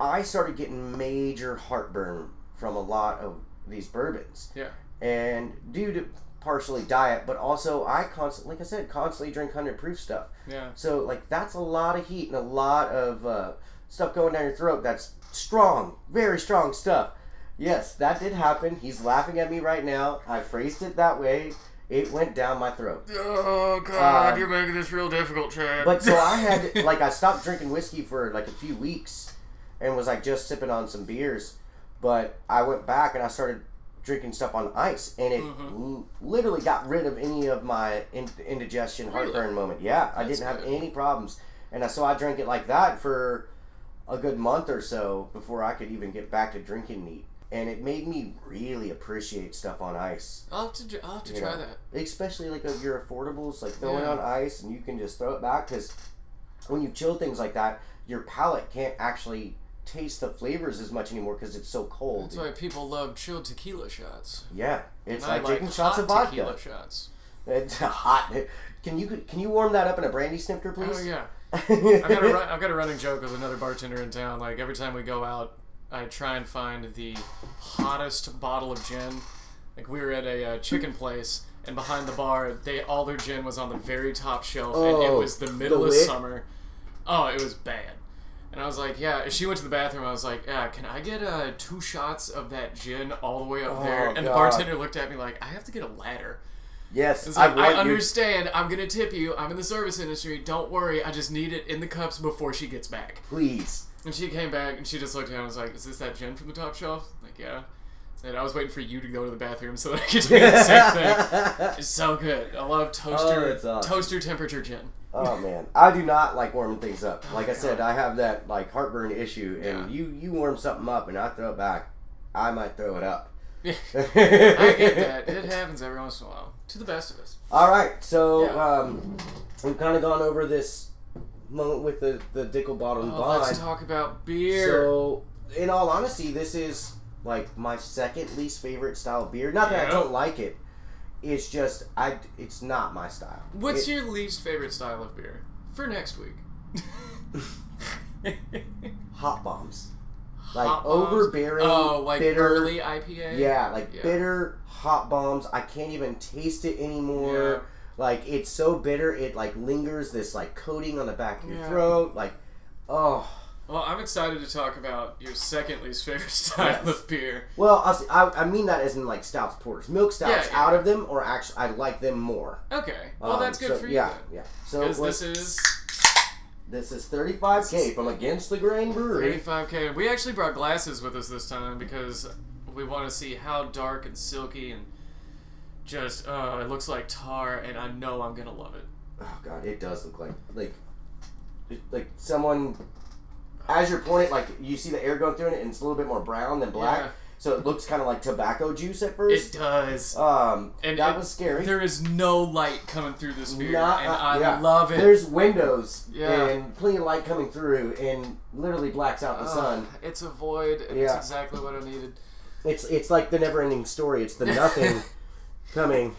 Speaker 1: I started getting major heartburn from a lot of these bourbons.
Speaker 2: Yeah.
Speaker 1: and due to partially diet, but also I constantly, like I said, constantly drink hundred proof stuff.
Speaker 2: Yeah.
Speaker 1: So like that's a lot of heat and a lot of uh, stuff going down your throat. That's strong, very strong stuff. Yes, that did happen. He's laughing at me right now. I phrased it that way. It went down my throat.
Speaker 2: Oh God,
Speaker 1: Um,
Speaker 2: you're making this real difficult, Chad.
Speaker 1: But so I had like I stopped drinking whiskey for like a few weeks, and was like just sipping on some beers. But I went back and I started drinking stuff on ice, and it
Speaker 2: Mm-hmm.
Speaker 1: l- literally got rid of any of my in- indigestion,
Speaker 2: Really?
Speaker 1: heartburn moment. Yeah, I
Speaker 2: That's
Speaker 1: didn't have
Speaker 2: good.
Speaker 1: any problems, and I, so I drank it like that for a good month or so before I could even get back to drinking neat. And it made me really appreciate stuff on ice,
Speaker 2: I'll have to. dr- I'll have to
Speaker 1: You
Speaker 2: try
Speaker 1: know.
Speaker 2: that.
Speaker 1: especially like of your affordables, like throwing
Speaker 2: Yeah.
Speaker 1: on ice and you can just throw it back because when you chill things like that, your palate can't actually taste the flavors as much anymore because it's so cold.
Speaker 2: That's why people love chilled tequila shots.
Speaker 1: yeah, it's
Speaker 2: And I
Speaker 1: like drinking
Speaker 2: hot
Speaker 1: shots of vodka.
Speaker 2: Tequila shots.
Speaker 1: It's hot. Can you can you warm that up in a brandy snifter, please?
Speaker 2: Oh yeah.
Speaker 1: yeah.
Speaker 2: I've got, a run, I've got a running joke with another bartender in town. Like every time we go out, I try and find the hottest bottle of gin. Like we were at a uh, chicken place, and behind the bar, they all their gin was on the very top shelf, and it
Speaker 1: Oh,
Speaker 2: was the middle
Speaker 1: the
Speaker 2: of
Speaker 1: lid?
Speaker 2: summer. Oh, it was bad. And I was like, yeah. She went to the bathroom. I was like, yeah. Can I get uh, two shots of that gin all the way up there? And the
Speaker 1: Oh, God.
Speaker 2: bartender looked at me like, I have to get a ladder.
Speaker 1: yes,
Speaker 2: It's like,
Speaker 1: I want
Speaker 2: I,
Speaker 1: you.
Speaker 2: understand. I'm gonna tip you. I'm in the service industry. Don't worry. I just need it in the cups before she gets back.
Speaker 1: Please.
Speaker 2: And she came back and she just looked at him and was like, "Is this that gin from the top shelf?" I'm like, yeah. And I was waiting for you to go to the bathroom so that I could do the same thing. It's so good. I love
Speaker 1: Oh,
Speaker 2: toaster
Speaker 1: it's awesome.
Speaker 2: toaster temperature gin.
Speaker 1: Oh man, I do not like warming things up.
Speaker 2: Oh,
Speaker 1: Like I said, I have that like heartburn issue, and you you warm something up and I throw it back, I might throw it up.
Speaker 2: I get that. It happens every once in a while. To the best of us.
Speaker 1: All right, so
Speaker 2: Yeah.
Speaker 1: um, we've kind of gone over this moment with the the Dickel bottom
Speaker 2: Oh,
Speaker 1: bond.
Speaker 2: let's talk about beer.
Speaker 1: So, in all honesty, this is like my second least favorite style beer. Not that I
Speaker 2: Yeah.
Speaker 1: don't like it. It's just I. It's not my style.
Speaker 2: What's
Speaker 1: It-
Speaker 2: your least favorite style of beer for next week?
Speaker 1: hot bombs? Like
Speaker 2: Hot bombs.
Speaker 1: overbearing,
Speaker 2: Oh, like
Speaker 1: bitter-
Speaker 2: early IPA.
Speaker 1: Yeah, like
Speaker 2: Yeah.
Speaker 1: bitter hot bombs. I can't even taste it anymore.
Speaker 2: Yeah.
Speaker 1: Like it's so bitter, it like lingers this like coating on the back of your
Speaker 2: Yeah.
Speaker 1: throat. Like, oh.
Speaker 2: Well, I'm excited to talk about your second least favorite style of beer.
Speaker 1: Well, I'll s- I, I mean that as in like stouts, porters, milk stouts.
Speaker 2: Yeah, yeah.
Speaker 1: Out of them, or actually, I like them more.
Speaker 2: Okay. Well,
Speaker 1: Um,
Speaker 2: that's good
Speaker 1: so,
Speaker 2: for you.
Speaker 1: Yeah, yeah. So
Speaker 2: Because
Speaker 1: what-
Speaker 2: this is
Speaker 1: This is 35K from Against the Grain Brewery.
Speaker 2: 85k. We actually brought glasses with us this time because we want to see how dark and silky and just uh, it looks like tar, and I know I'm gonna love it.
Speaker 1: Oh god, it does look like like like someone as you're pouring it, like you see the air going through it, and it's a little bit more brown than black.
Speaker 2: Yeah.
Speaker 1: So it looks kind of like tobacco juice at
Speaker 2: It
Speaker 1: first.
Speaker 2: does.
Speaker 1: um,
Speaker 2: and
Speaker 1: that
Speaker 2: it-
Speaker 1: was scary.
Speaker 2: There is no light coming through this beer,
Speaker 1: Not-
Speaker 2: and
Speaker 1: uh,
Speaker 2: I
Speaker 1: yeah.
Speaker 2: love it.
Speaker 1: There's windows
Speaker 2: Yeah.
Speaker 1: and plenty of light coming through, and literally blacks out the
Speaker 2: Ugh,
Speaker 1: sun.
Speaker 2: It's a void, and
Speaker 1: Yeah.
Speaker 2: it's exactly what I needed.
Speaker 1: It's it's like the never-ending story. It's the nothing coming.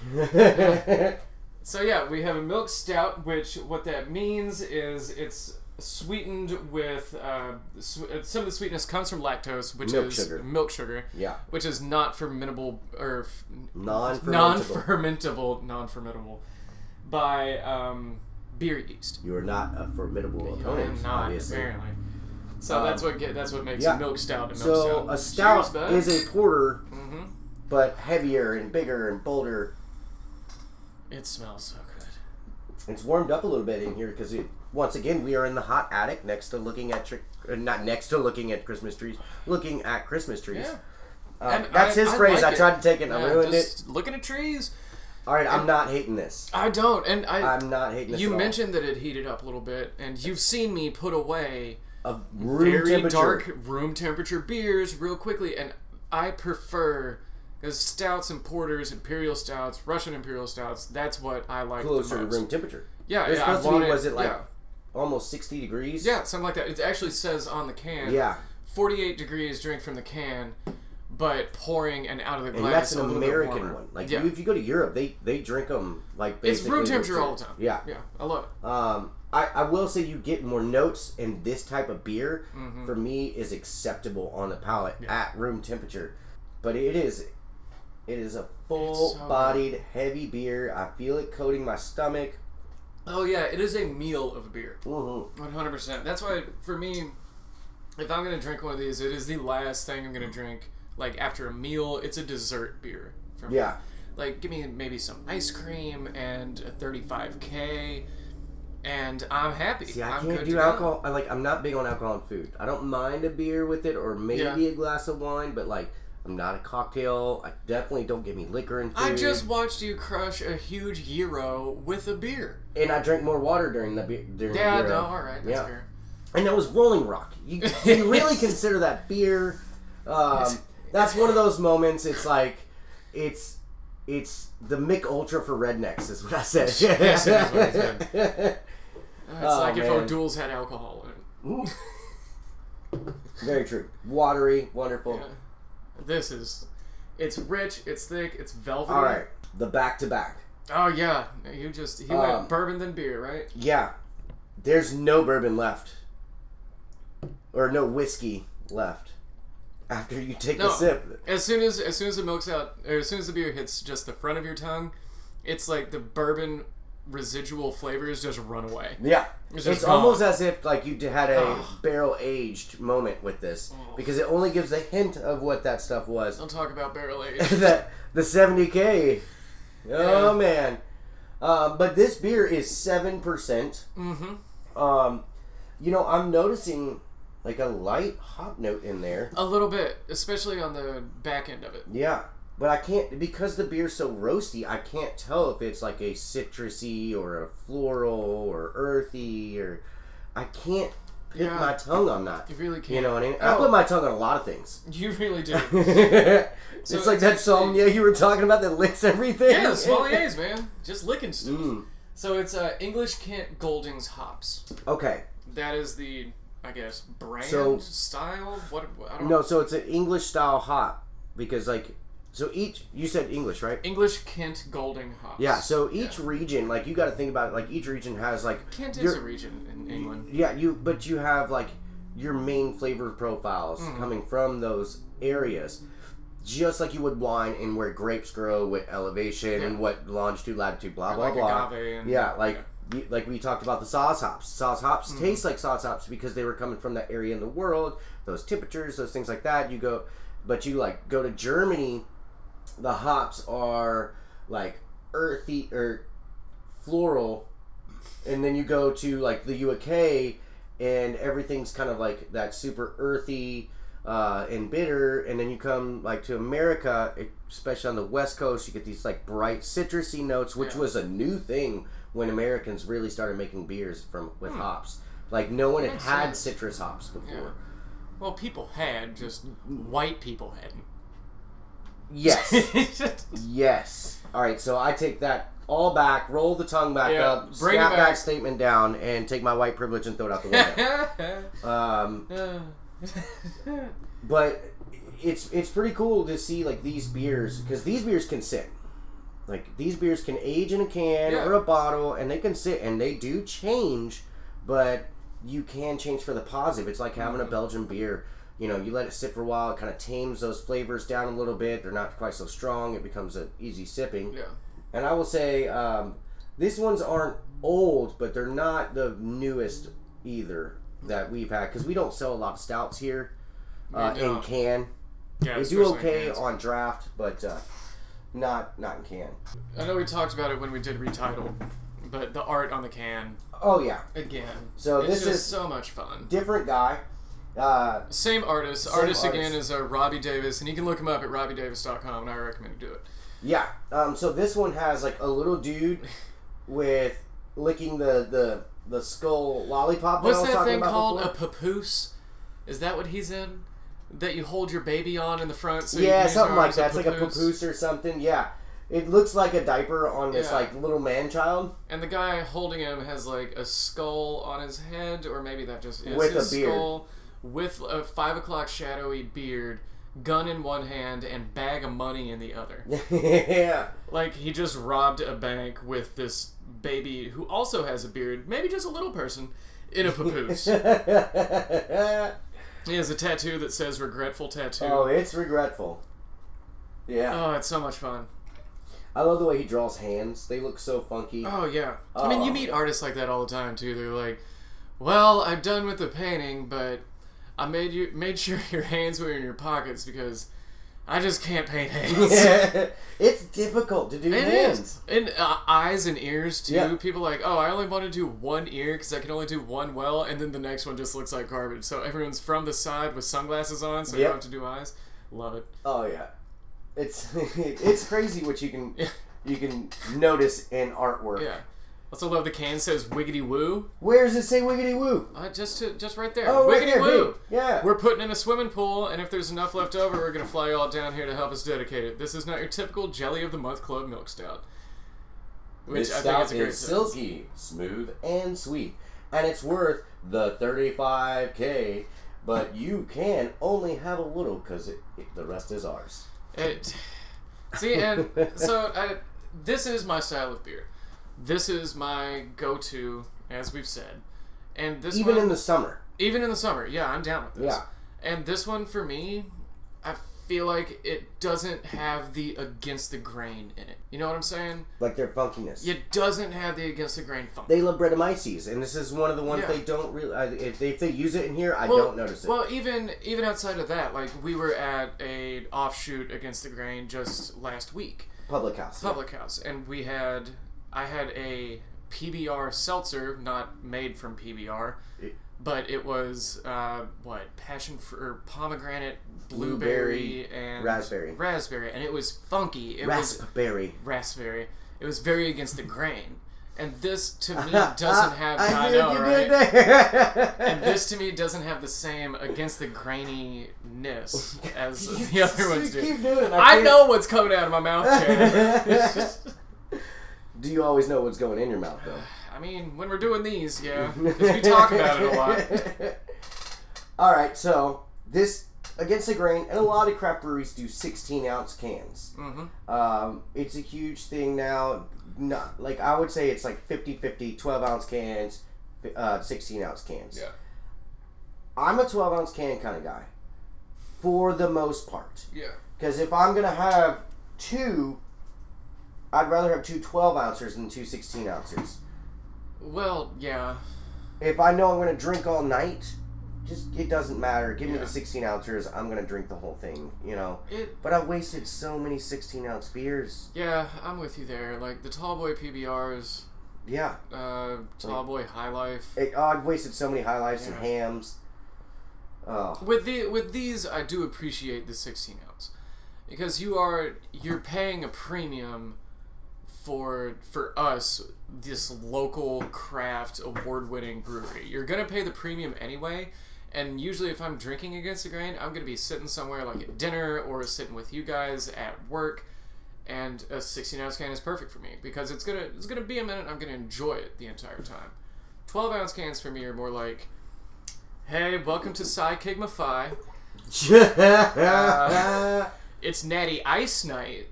Speaker 2: So yeah, we have a milk stout, which what that means is it's sweetened with uh, sw- uh, some of the sweetness comes from lactose, which
Speaker 1: Milk
Speaker 2: is
Speaker 1: sugar.
Speaker 2: milk sugar,
Speaker 1: yeah,
Speaker 2: which is not fermentable or f-
Speaker 1: non-fermentable.
Speaker 2: non-fermentable, non-fermentable by um, beer yeast.
Speaker 1: You are not a formidable
Speaker 2: I
Speaker 1: opponent,
Speaker 2: am not
Speaker 1: obviously.
Speaker 2: apparently. So
Speaker 1: Um,
Speaker 2: that's what get, that's what makes
Speaker 1: yeah.
Speaker 2: a milk stout a milk
Speaker 1: So
Speaker 2: stout.
Speaker 1: a stout
Speaker 2: Cheers, bud.
Speaker 1: is a porter,
Speaker 2: Mhm.
Speaker 1: but heavier and bigger and bolder.
Speaker 2: It smells so good.
Speaker 1: It's warmed up a little bit in here because it. Once again, we are in the hot attic next to looking at tri- uh, not next to looking at Christmas trees, looking at Christmas trees.
Speaker 2: Yeah.
Speaker 1: Uh,
Speaker 2: And
Speaker 1: that's
Speaker 2: I-
Speaker 1: his
Speaker 2: I
Speaker 1: phrase.
Speaker 2: like
Speaker 1: I
Speaker 2: it.
Speaker 1: tried to take it, and I
Speaker 2: Yeah,
Speaker 1: ruined it.
Speaker 2: just looking at trees.
Speaker 1: All right, I'm not hating this.
Speaker 2: I don't, and I.
Speaker 1: I'm not hating this.
Speaker 2: you
Speaker 1: at all.
Speaker 2: mentioned that it heated up a little bit, and you've seen me put away
Speaker 1: a room
Speaker 2: very
Speaker 1: temperature.
Speaker 2: dark room temperature beers real quickly, and I prefer because stouts and porters, imperial stouts, Russian imperial stouts. That's what I like
Speaker 1: closer
Speaker 2: the
Speaker 1: to
Speaker 2: most.
Speaker 1: room temperature.
Speaker 2: Yeah,
Speaker 1: It's
Speaker 2: yeah, I
Speaker 1: supposed to be
Speaker 2: want
Speaker 1: was it like
Speaker 2: yeah,
Speaker 1: almost 60 degrees?
Speaker 2: yeah, something like that. It actually says on the can,
Speaker 1: Yeah.
Speaker 2: 48 degrees drink from the can, but pouring and out of the
Speaker 1: And
Speaker 2: glass.
Speaker 1: that's
Speaker 2: a
Speaker 1: an
Speaker 2: little bit
Speaker 1: American
Speaker 2: warmer.
Speaker 1: one. Like
Speaker 2: yeah.
Speaker 1: you, if you go to Europe, they they drink them like
Speaker 2: it's
Speaker 1: basically
Speaker 2: room
Speaker 1: with
Speaker 2: temperature
Speaker 1: drink.
Speaker 2: all the time.
Speaker 1: Yeah.
Speaker 2: yeah, I love it.
Speaker 1: Um, I, I will say you get more notes, and this type of beer
Speaker 2: Mm-hmm.
Speaker 1: for me is acceptable on the palate at room temperature. But it is, it is a full-bodied heavy beer. I feel it coating my stomach.
Speaker 2: Oh yeah, it is a meal of beer.
Speaker 1: hmm
Speaker 2: One hundred percent. That's why for me, if I'm gonna drink one of these, it is the last thing I'm gonna
Speaker 1: Mm.
Speaker 2: drink. Like after a meal, it's a dessert beer. For me.
Speaker 1: Yeah,
Speaker 2: Like give me maybe some ice cream and a thirty-five k, and I'm happy.
Speaker 1: See, I
Speaker 2: I'm
Speaker 1: can't
Speaker 2: good to
Speaker 1: do
Speaker 2: go.
Speaker 1: alcohol. I like. I'm not big on alcohol and food. I don't mind a beer with it, or maybe
Speaker 2: Yeah.
Speaker 1: a glass of wine, but like, I'm not a cocktail. I definitely don't give me liquor and food.
Speaker 2: I just watched you crush a huge gyro with a beer.
Speaker 1: and I drink more water during the beer. During
Speaker 2: Yeah,
Speaker 1: the beer.
Speaker 2: no, all right, that's
Speaker 1: Yeah.
Speaker 2: fair.
Speaker 1: And that was Rolling Rock. You, you really consider that beer? Um, that's one of those moments. It's like, it's. It's the Mick Ultra for rednecks, is what I said.
Speaker 2: Yes, it is what it It's
Speaker 1: Oh,
Speaker 2: like if
Speaker 1: man.
Speaker 2: O'Doul's had alcohol in it.
Speaker 1: Very true. Watery, wonderful.
Speaker 2: Yeah. This is, it's rich, it's thick, it's velvety.
Speaker 1: All right, the back to back.
Speaker 2: Oh yeah, you just he
Speaker 1: Um,
Speaker 2: went bourbon then beer, right?
Speaker 1: Yeah. There's no bourbon left. Or no whiskey left. After you take
Speaker 2: No.
Speaker 1: a sip.
Speaker 2: As soon as as soon as the milk's out, or as soon as the beer hits just the front of your tongue, it's like the bourbon residual flavors just run away.
Speaker 1: Yeah. It's,
Speaker 2: It's just gone.
Speaker 1: almost as if like you d- had a barrel aged moment with this. Because it only gives a hint of what that stuff was.
Speaker 2: Don't talk about barrel age.
Speaker 1: that the 70K. Oh man. Um, but this beer is seven percent.
Speaker 2: mm-hmm.
Speaker 1: Um, you know, I'm noticing like a light hop note in there.
Speaker 2: A little bit, especially on the back end of it.
Speaker 1: Yeah, but I can't because the beer's so roasty. I can't tell if it's like a citrusy or a floral or earthy or I can't put
Speaker 2: Yeah.
Speaker 1: my tongue on that.
Speaker 2: You really can't.
Speaker 1: You know what I mean? I
Speaker 2: Oh.
Speaker 1: put my tongue on a lot of things.
Speaker 2: You really do.
Speaker 1: it's
Speaker 2: So
Speaker 1: like
Speaker 2: it's
Speaker 1: that
Speaker 2: actually-
Speaker 1: sommelier you were talking about that licks everything.
Speaker 2: yeah, the sommeliers, man, just licking stuff.
Speaker 1: Mm,
Speaker 2: So it's uh, English Kent Goldings hops.
Speaker 1: okay,
Speaker 2: That is the, I guess, brand
Speaker 1: So-
Speaker 2: style. What I don't
Speaker 1: no, so it's an English style hop because like so each you said English right?
Speaker 2: English Kent Golding hops.
Speaker 1: Yeah, so each region, like you got to think about it. Like each region has like
Speaker 2: Kent is
Speaker 1: your-
Speaker 2: a region in England.
Speaker 1: yeah you, but you have like your main flavor profiles
Speaker 2: Mm-hmm.
Speaker 1: coming from those areas, just like you would wine and where grapes grow, what elevation and
Speaker 2: Yeah.
Speaker 1: what longitude, latitude, blah blah
Speaker 2: Like
Speaker 1: blah.
Speaker 2: agave and
Speaker 1: Yeah, like y- like we talked about the sauce hops. Sauce hops
Speaker 2: Mm-hmm.
Speaker 1: taste like sauce hops because they were coming from that area in the world, those temperatures, those things like that. You go, but you like go to Germany, the hops are like earthy er, or floral, and then you go to like the UK and everything's kind of like that super earthy. Uh, and bitter, and then you come like to America, e, especially on the West Coast, you get these like bright citrusy notes, which
Speaker 2: Yeah.
Speaker 1: was a new thing when Americans really started making beers from with
Speaker 2: Hmm.
Speaker 1: hops. Like no one had
Speaker 2: Makes
Speaker 1: had
Speaker 2: sense.
Speaker 1: citrus hops before.
Speaker 2: well, people had just white people hadn't.
Speaker 1: Yes, yes. All right, so I take that all back. Roll the tongue back
Speaker 2: Yeah,
Speaker 1: up.
Speaker 2: bring it
Speaker 1: snap
Speaker 2: back.
Speaker 1: that statement down, and take my white privilege and throw it out the window. um, but it's it's pretty cool to see like these beers because these beers can sit. Like these beers can age in a can
Speaker 2: Yeah.
Speaker 1: or a bottle, and they can sit and they do change, but you can change for the positive. It's like having a Belgian beer. You know, you let it sit for a while, it kind of tames those flavors down a little bit. They're not quite so strong. It becomes an easy sipping.
Speaker 2: yeah.
Speaker 1: And I will say, um, these ones aren't old, but they're not the newest either that we've had because we don't sell a lot of stouts here uh,
Speaker 2: We
Speaker 1: in
Speaker 2: don't.
Speaker 1: can.
Speaker 2: Yeah,
Speaker 1: They do
Speaker 2: especially in
Speaker 1: okay
Speaker 2: cans.
Speaker 1: on draft, but uh, not not in can.
Speaker 2: I know we talked about it when we did retitle, but the art on the can
Speaker 1: Oh yeah,
Speaker 2: again.
Speaker 1: So
Speaker 2: it's
Speaker 1: this
Speaker 2: just
Speaker 1: is-
Speaker 2: so much fun.
Speaker 1: different guy. Uh,
Speaker 2: Same artist.
Speaker 1: Same
Speaker 2: artist,
Speaker 1: artist.
Speaker 2: again is uh, Robbie Davis, and you can look him up at robbiedavis.com, and I recommend you do it.
Speaker 1: yeah. Um, so this one has like a little dude with licking the the, the skull lollipop.
Speaker 2: What's
Speaker 1: I was
Speaker 2: that
Speaker 1: talking
Speaker 2: thing
Speaker 1: about
Speaker 2: called?
Speaker 1: before.
Speaker 2: A papoose? Is that what he's in? That you hold your baby on in the front? So you can
Speaker 1: yeah,
Speaker 2: use
Speaker 1: something
Speaker 2: your
Speaker 1: like
Speaker 2: arms
Speaker 1: that.
Speaker 2: as
Speaker 1: It's like a papoose or something. Yeah, it looks like a diaper on this
Speaker 2: Yeah.
Speaker 1: like little man child
Speaker 2: And the guy holding him has like a skull on his head, or maybe that just is
Speaker 1: With a
Speaker 2: his
Speaker 1: beard.
Speaker 2: skull, with a five o'clock shadowy beard, gun in one hand, and bag of money in the other.
Speaker 1: yeah,
Speaker 2: Like he just robbed a bank with this baby who also has a beard, maybe just a little person, in a papoose. he has a tattoo that says "regretful tattoo."
Speaker 1: oh, it's regretful. Yeah,
Speaker 2: oh it's so much fun.
Speaker 1: I love the way he draws hands. They look so funky.
Speaker 2: Oh yeah. I mean, you
Speaker 1: Oh.
Speaker 2: meet artists like that all the time too. They're like, "Well, I'm done with the painting, but I made you made sure your hands were in your pockets because I just can't paint hands."
Speaker 1: it's difficult to do
Speaker 2: It
Speaker 1: hands.
Speaker 2: is. And uh, eyes and ears too.
Speaker 1: Yeah.
Speaker 2: People like, "Oh, I only want to do one ear because I can only do one well," and then the next one just looks like garbage. So everyone's from the side with sunglasses on, so you
Speaker 1: Yep.
Speaker 2: don't have to do eyes. Love it.
Speaker 1: Oh yeah, it's it's crazy what you can
Speaker 2: Yeah.
Speaker 1: you can notice in artwork.
Speaker 2: Yeah. Also love the can says "Wiggity Woo."
Speaker 1: Where does it say wiggity woo?
Speaker 2: Uh, just to, just right there.
Speaker 1: Oh,
Speaker 2: Wiggity
Speaker 1: right there,
Speaker 2: Woo.
Speaker 1: big. Yeah.
Speaker 2: We're putting in a swimming pool, and if there's enough left over, we're gonna fly you all down here to help us dedicate it. This is not your typical jelly of the month club milk stout, which
Speaker 1: This
Speaker 2: I think
Speaker 1: stout
Speaker 2: is a great
Speaker 1: is
Speaker 2: stout.
Speaker 1: silky, smooth, and sweet, and it's worth the 35k. But you can only have a little because it, it- the rest is ours.
Speaker 2: It, see, and so I, this is my style of beer. This is my go-to, as we've said, and this
Speaker 1: Even
Speaker 2: one,
Speaker 1: in the summer.
Speaker 2: even in the summer, yeah, I'm down with this.
Speaker 1: Yeah.
Speaker 2: And this one for me, I feel like it doesn't have the against the grain in it. You know what I'm saying?
Speaker 1: Like their funkiness.
Speaker 2: It doesn't have the against the grain funk.
Speaker 1: They love Brettanomyces, and this is one of the ones
Speaker 2: Yeah.
Speaker 1: they don't really. I- If they, if they use it in here, I
Speaker 2: Well-
Speaker 1: don't notice it.
Speaker 2: Well, even even outside of that, like we were at a offshoot against the grain just last week,
Speaker 1: Public house.
Speaker 2: public house, and we had I had a PBR seltzer, not made from PBR, but it was uh, what passion fruit, or pomegranate, blueberry, and
Speaker 1: raspberry.
Speaker 2: raspberry, and it was funky. It was
Speaker 1: Raspberry.
Speaker 2: raspberry. It was very against the grain. And this to me
Speaker 1: Ah,
Speaker 2: doesn't have.
Speaker 1: I,
Speaker 2: I
Speaker 1: hear
Speaker 2: know,
Speaker 1: you
Speaker 2: right?
Speaker 1: did there.
Speaker 2: And this to me doesn't have the same against the graininess as the other ones
Speaker 1: you
Speaker 2: do.
Speaker 1: keep doing it.
Speaker 2: I
Speaker 1: can't-
Speaker 2: know what's coming out of my mouth, Chad.
Speaker 1: Do you always know what's going in your mouth though?
Speaker 2: I mean, when we're doing these, yeah, 'cause we talk about it a lot.
Speaker 1: All right, so this against the grain, and a lot of craft breweries do 16 ounce cans.
Speaker 2: hmm
Speaker 1: Um, it's a huge thing now. Not like I would say it's like 50 50, 12 ounce cans, uh, 16 ounce cans.
Speaker 2: Yeah.
Speaker 1: I'm a 12 ounce can kind of guy for the most part.
Speaker 2: Yeah.
Speaker 1: Because if I'm going to have two, I'd rather have two 12 ounces than two 16 ounces.
Speaker 2: Well, yeah.
Speaker 1: If I know I'm going to drink all night, just it doesn't matter. Give me
Speaker 2: Yeah.
Speaker 1: the 16 ounces. I'm going to drink the whole thing, you know.
Speaker 2: It.
Speaker 1: But I wasted so many 16 ounce beers.
Speaker 2: Yeah, I'm with you there. Like the Tallboy PBRs,
Speaker 1: Yeah.
Speaker 2: uh, Tallboy High Life.
Speaker 1: It, oh, I'd wasted so many high lifes and
Speaker 2: Yeah.
Speaker 1: hams. Oh.
Speaker 2: With the with these, I do appreciate the 16 ounce because you are you're paying a premium for for us this local craft award winning brewery. You're gonna pay the premium anyway. And usually, if I'm drinking against the grain, I'm gonna be sitting somewhere like at dinner or sitting with you guys at work, and a 16 ounce can is perfect for me because it's gonna it's gonna be a minute. I'm gonna enjoy it the entire time. 12 ounce cans for me are more like, hey, welcome to Psi Kigma Phi.
Speaker 1: Uh,
Speaker 2: It's Natty Ice Night,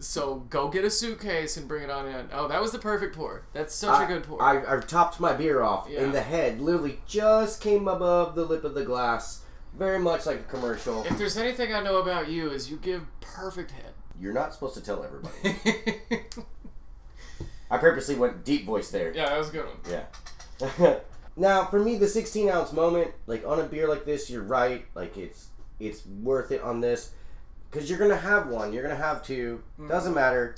Speaker 2: so go get a suitcase and bring it on in. Oh, that was the perfect pour. That's such a
Speaker 1: I-
Speaker 2: good pour.
Speaker 1: I, I've topped my beer off in
Speaker 2: Yeah.
Speaker 1: the head. Literally just came above the lip of the glass. Very much like a commercial.
Speaker 2: if there's anything I know about you, is you give perfect head.
Speaker 1: You're not supposed to tell everybody. I purposely went deep voice there.
Speaker 2: yeah, that was a good one.
Speaker 1: Yeah. now, for me, the 16 ounce moment, like on a beer like this, you're right. Like it's it's worth it on this, because you're gonna have one, you're gonna have two. Doesn't matter.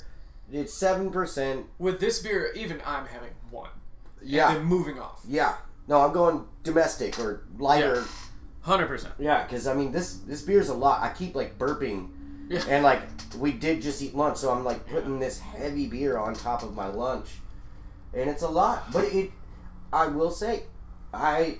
Speaker 1: It's seven percent.
Speaker 2: With this beer, even I'm having one.
Speaker 1: Yeah.
Speaker 2: Then moving off.
Speaker 1: Yeah. No, I'm going domestic or lighter.
Speaker 2: Hundred percent.
Speaker 1: Yeah, because I mean this this beer's a lot. I keep like burping,
Speaker 2: Yeah.
Speaker 1: and like we did just eat lunch, so I'm like putting this heavy beer on top of my lunch, and it's a lot. But it, I will say, I,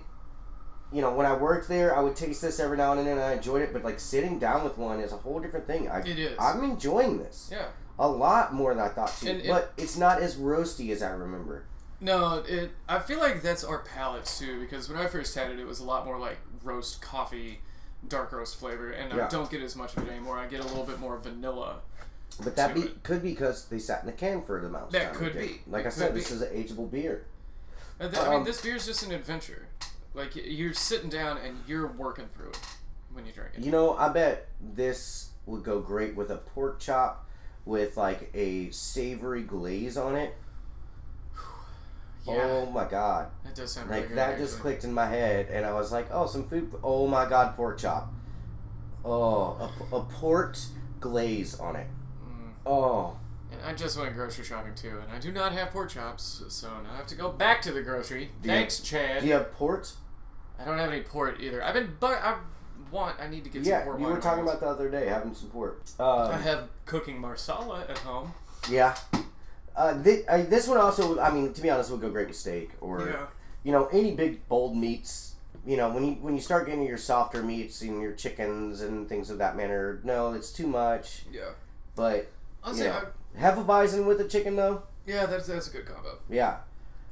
Speaker 1: you know, when I worked there, I would taste this every now and then, and I enjoyed it. But like sitting down with one is a whole different thing. I,
Speaker 2: It is.
Speaker 1: I'm enjoying this
Speaker 2: Yeah.
Speaker 1: a lot more than I thought to,
Speaker 2: And it-
Speaker 1: but it's not as roasty as I remember.
Speaker 2: No, it. I feel like that's our palates too, because when I first had it, it was a lot more like roast coffee, dark roast flavor, and
Speaker 1: Yeah.
Speaker 2: I don't get as much of it anymore. I get a little bit more vanilla.
Speaker 1: But that
Speaker 2: To
Speaker 1: be, could be because they sat in the can for the amount of
Speaker 2: That
Speaker 1: time.
Speaker 2: could
Speaker 1: they did.
Speaker 2: be.
Speaker 1: Like
Speaker 2: It
Speaker 1: I said,
Speaker 2: could
Speaker 1: this
Speaker 2: be.
Speaker 1: is an ageable beer.
Speaker 2: And Uh, th- I mean,
Speaker 1: Um,
Speaker 2: this beer's just an adventure. Like y- you're sitting down and you're working through it when you drink it.
Speaker 1: You know, I bet this would go great with a pork chop with like a savory glaze on it.
Speaker 2: Yeah,
Speaker 1: Oh my god.
Speaker 2: that does sound really
Speaker 1: Like
Speaker 2: good.
Speaker 1: that just
Speaker 2: actually.
Speaker 1: clicked in my head and I was like, "Oh, some food. Oh my god, pork chop." Oh, a, a port glaze on it.
Speaker 2: Mm.
Speaker 1: Oh.
Speaker 2: And I just went grocery shopping too, and I do not have pork chops, so now I have to go back to the grocery.
Speaker 1: Do you-
Speaker 2: Thanks, Chad.
Speaker 1: Do you have port?
Speaker 2: I don't have any port either. I've been, but I want. I need to get
Speaker 1: Yeah,
Speaker 2: some port.
Speaker 1: you
Speaker 2: wine
Speaker 1: were talking
Speaker 2: on this.
Speaker 1: about the other day having some port.
Speaker 2: I
Speaker 1: Um,
Speaker 2: have cooking marsala at home.
Speaker 1: yeah. Uh, thi- I, this one also, I mean, to be honest, would go great with steak or you know any big bold meats you know when you when you start getting your softer meats and your chickens and things of that manner no it's too much
Speaker 2: yeah.
Speaker 1: but
Speaker 2: I'll
Speaker 1: you
Speaker 2: say,
Speaker 1: know
Speaker 2: I-
Speaker 1: hefeweizen with a chicken though
Speaker 2: yeah, that's that's a good combo.
Speaker 1: yeah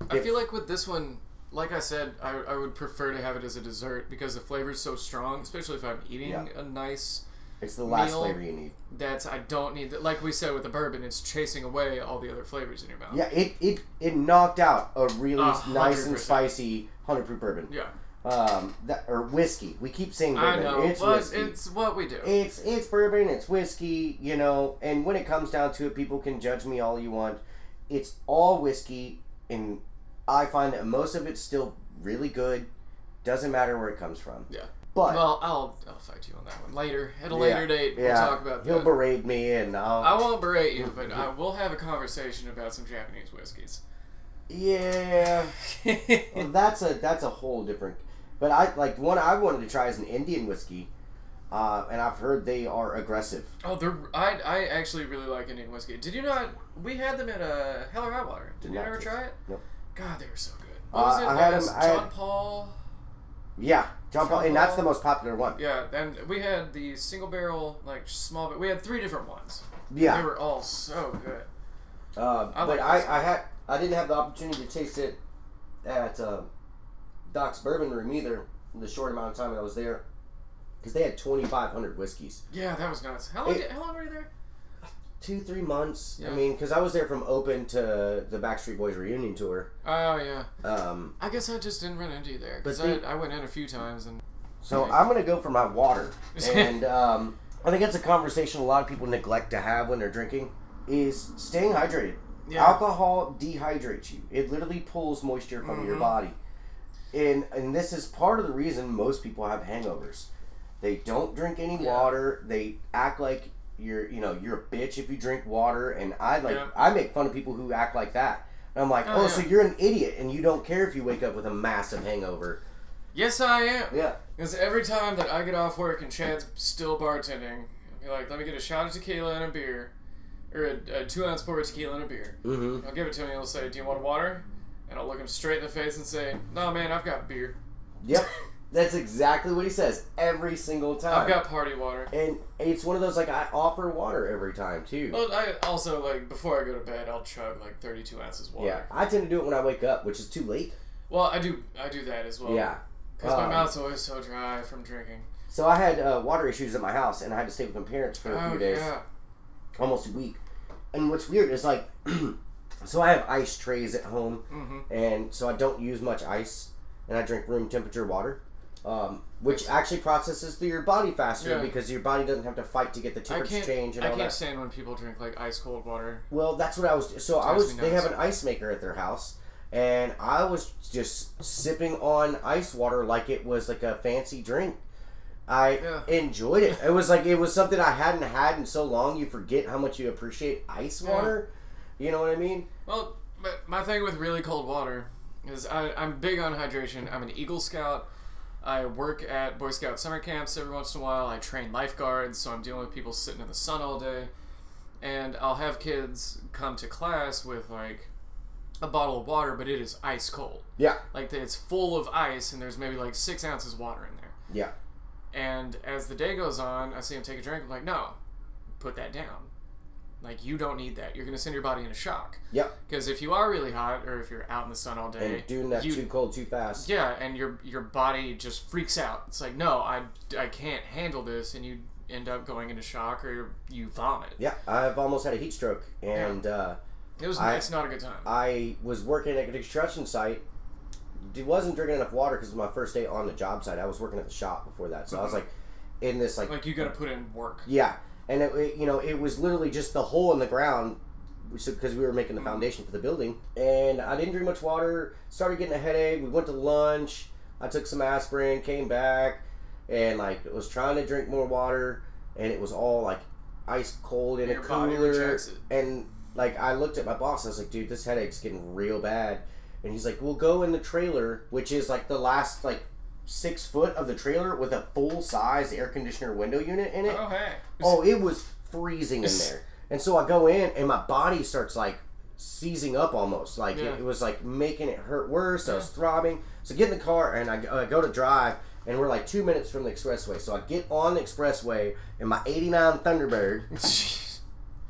Speaker 2: I
Speaker 1: If-
Speaker 2: feel like with this one, like I said, I, I would prefer to have it as a dessert because the flavor's so strong, especially if I'm eating
Speaker 1: Yeah.
Speaker 2: a nice
Speaker 1: it's the last
Speaker 2: Meal.
Speaker 1: flavor you need
Speaker 2: that's I don't need that like we said with the bourbon, it's chasing away all the other flavors in your mouth.
Speaker 1: yeah it it, it knocked out a really nice
Speaker 2: A Oh. Ah, hundred
Speaker 1: and
Speaker 2: percent.
Speaker 1: spicy 100 proof bourbon
Speaker 2: Yeah.
Speaker 1: um that or whiskey we keep saying
Speaker 2: I
Speaker 1: bourbon
Speaker 2: know.
Speaker 1: it's
Speaker 2: but
Speaker 1: whiskey
Speaker 2: it's what we do.
Speaker 1: it's it's bourbon, it's whiskey, you know. And when it comes down to it, people can judge me all you want. It's all whiskey, and I find that most of it's still really good. Doesn't matter where it comes from.
Speaker 2: Yeah.
Speaker 1: But
Speaker 2: well, I'll I'll fight you on that one later at a later date. We'll talk about
Speaker 1: he'll
Speaker 2: that.
Speaker 1: berate me, and I'll,
Speaker 2: I won't berate you, but I will have a conversation about some Japanese whiskeys.
Speaker 1: yeah. Well, that's a that's a whole different. But I like one I wanted to try is an Indian whiskey, uh, and I've heard they are aggressive.
Speaker 2: Oh, they're I, I actually really like Indian whiskey. Did you not? We had them at uh, Hell or High Water. Did
Speaker 1: Did
Speaker 2: you
Speaker 1: not
Speaker 2: ever
Speaker 1: taste
Speaker 2: try it?
Speaker 1: Nope.
Speaker 2: God, they were so good. What was
Speaker 1: Uh,
Speaker 2: it?
Speaker 1: I had
Speaker 2: Uh,
Speaker 1: 'em- I had-
Speaker 2: John Paul.
Speaker 1: Yeah, John Paul, and that's the
Speaker 2: Paul.
Speaker 1: most popular one.
Speaker 2: Yeah, and we had the single barrel, like small. But we had three different ones. They
Speaker 1: Yeah,
Speaker 2: were all so good.
Speaker 1: uh,
Speaker 2: I
Speaker 1: but
Speaker 2: like this.
Speaker 1: I, I had I didn't have the opportunity to taste it at uh, Doc's Bourbon Room either. In the short amount of time I was there, because they had twenty five hundred whiskeys.
Speaker 2: Yeah, that was nuts. How long?
Speaker 1: It-
Speaker 2: did, how long were you there?
Speaker 1: Two three months. I
Speaker 2: Yeah.
Speaker 1: mean, because I was there from open to the Backstreet Boys reunion tour.
Speaker 2: Oh yeah.
Speaker 1: Um,
Speaker 2: I guess I just didn't run into you there because
Speaker 1: But they-
Speaker 2: I, I went in a few times and
Speaker 1: So
Speaker 2: Okay.
Speaker 1: I'm gonna go for my water, and um, I think that's a conversation a lot of people neglect to have when they're drinking is staying hydrated.
Speaker 2: Yeah.
Speaker 1: Alcohol dehydrates you. It literally pulls moisture from
Speaker 2: Mm-hmm.
Speaker 1: your body, and and this is part of the reason most people have hangovers. They don't drink any
Speaker 2: Yeah.
Speaker 1: water. They act like you're you know you're a bitch if you drink water, and I like
Speaker 2: Yeah.
Speaker 1: I make fun of people who act like that. And I'm like,
Speaker 2: Oh,
Speaker 1: oh,
Speaker 2: yeah.
Speaker 1: so you're an idiot, and you don't care if you wake up with a massive hangover.
Speaker 2: yes, I am.
Speaker 1: Yeah.
Speaker 2: Because every time that I get off work and Chad's still bartending, I'll be like, let me get a shot of tequila and a beer, or a, a two ounce pour of tequila and a beer.
Speaker 1: Mm-hmm.
Speaker 2: I'll give it to him and he'll say, do you want water? And I'll look him straight in the face and say, no, man, I've got beer.
Speaker 1: Yep. That's exactly what he says every single time.
Speaker 2: I've got party water.
Speaker 1: and it's one of those like I offer water every time too.
Speaker 2: But I also, like, before I go to bed, I'll chug, like, 32 ounces of water.
Speaker 1: yeah, I tend to do it when I wake up, which is too late.
Speaker 2: Well, I do, I do that as well.
Speaker 1: yeah.
Speaker 2: Because my
Speaker 1: Um,
Speaker 2: mouth's always so dry from drinking.
Speaker 1: So I had uh, water issues at my house, and I had to stay with my parents for a
Speaker 2: Oh,
Speaker 1: few days,
Speaker 2: yeah.
Speaker 1: almost a week. And what's weird is like, so I have ice trays at home,
Speaker 2: Mm-hmm.
Speaker 1: and so I don't use much ice, and I drink room temperature water. Um, which
Speaker 2: Yes.
Speaker 1: actually processes through your body faster
Speaker 2: Yeah.
Speaker 1: because your body doesn't have to fight to get the
Speaker 2: I
Speaker 1: temperature
Speaker 2: can't,
Speaker 1: change and
Speaker 2: I
Speaker 1: all
Speaker 2: can't
Speaker 1: that.
Speaker 2: stand when people drink, like, ice cold water.
Speaker 1: Well, that's what I was. So I
Speaker 2: Drives
Speaker 1: was.
Speaker 2: me
Speaker 1: They have
Speaker 2: nuts.
Speaker 1: an ice maker at their house, and I was just sipping on ice water like it was like a fancy drink. I
Speaker 2: Yeah.
Speaker 1: enjoyed it. It was like it was something I hadn't had in so long. You forget how much you appreciate ice
Speaker 2: Yeah.
Speaker 1: water. You know what I mean?
Speaker 2: Well, my, my thing with really cold water is I, I'm big on hydration. I'm an Eagle Scout. I work at Boy Scout summer camps every once in a while. I train lifeguards, so I'm dealing with people sitting in the sun all day. And I'll have kids come to class with like a bottle of water, but it is ice cold.
Speaker 1: Yeah,
Speaker 2: Like it's full of ice, and there's maybe like six ounces of water in there.
Speaker 1: yeah,
Speaker 2: And as the day goes on, I see him take a drink. I'm like, no, put that down. Like you don't need that. You're gonna send your body into shock.
Speaker 1: yep.
Speaker 2: Because if you are really hot, or if you're out in the sun all day,
Speaker 1: And doing that
Speaker 2: you-
Speaker 1: too cold too fast.
Speaker 2: yeah, and your your body just freaks out. It's like, no, I, I can't handle this, and you end up going into shock or you vomit.
Speaker 1: Yeah, I've almost had a heat stroke, and uh,
Speaker 2: It was
Speaker 1: I-
Speaker 2: it's not a good time.
Speaker 1: I was working at a construction site. d- Wasn't drinking enough water because it was my first day on the job site. I was working at the shop before that, so I was like in this like
Speaker 2: like you got to put in work.
Speaker 1: Yeah, and it, it- you know it was literally just the hole in the ground, because we were making
Speaker 2: Mm-hmm.
Speaker 1: the foundation for the building, and I didn't drink much water. Started getting a headache. We went to lunch. I took some aspirin, came back, and like was trying to drink more water, and it was all like ice cold in a
Speaker 2: Your body
Speaker 1: cooler,
Speaker 2: rejects it.
Speaker 1: and like I looked at my boss. I was like, dude, this headache's getting real bad, and he's like, we'll go in the trailer, which is like the last like. Six foot of the trailer with a full size air conditioner window unit in it.
Speaker 2: Oh hey.
Speaker 1: Oh, it was freezing in there. And so I go in, and my body starts like seizing up almost. Like
Speaker 2: Yeah.
Speaker 1: it, it was like making it hurt worse. I was throbbing. So I get in the car, and I, go- I go to drive, and we're like two minutes from the expressway. So I get on the expressway in my 89 Thunderbird,
Speaker 2: Jeez.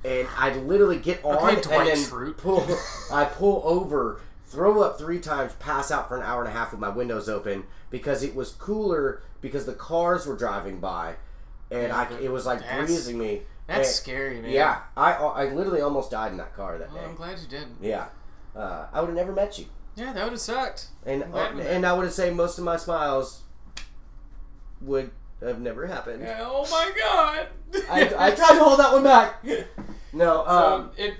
Speaker 1: and I literally get on
Speaker 2: Okay,
Speaker 1: and
Speaker 2: Dwight
Speaker 1: then
Speaker 2: Schrute.
Speaker 1: pull. I pull over, throw up three times, pass out for an hour and a half with my windows open because it was cooler because the cars were driving by, and
Speaker 2: Yeah,
Speaker 1: I
Speaker 2: that-
Speaker 1: it was like
Speaker 2: that's-
Speaker 1: breezing me.
Speaker 2: That's
Speaker 1: And-
Speaker 2: scary, man.
Speaker 1: Yeah, I uh, I literally almost died in that car that
Speaker 2: Well, I'm
Speaker 1: day.
Speaker 2: glad you didn't.
Speaker 1: Yeah, uh, I would have never met you,
Speaker 2: Yeah, that would have sucked.
Speaker 1: and uh,
Speaker 2: I'm glad we met.
Speaker 1: and I would have say most of my smiles would have never happened.
Speaker 2: Yeah, oh my god.
Speaker 1: I, I tried to hold that one back. No, um,
Speaker 2: Um, it,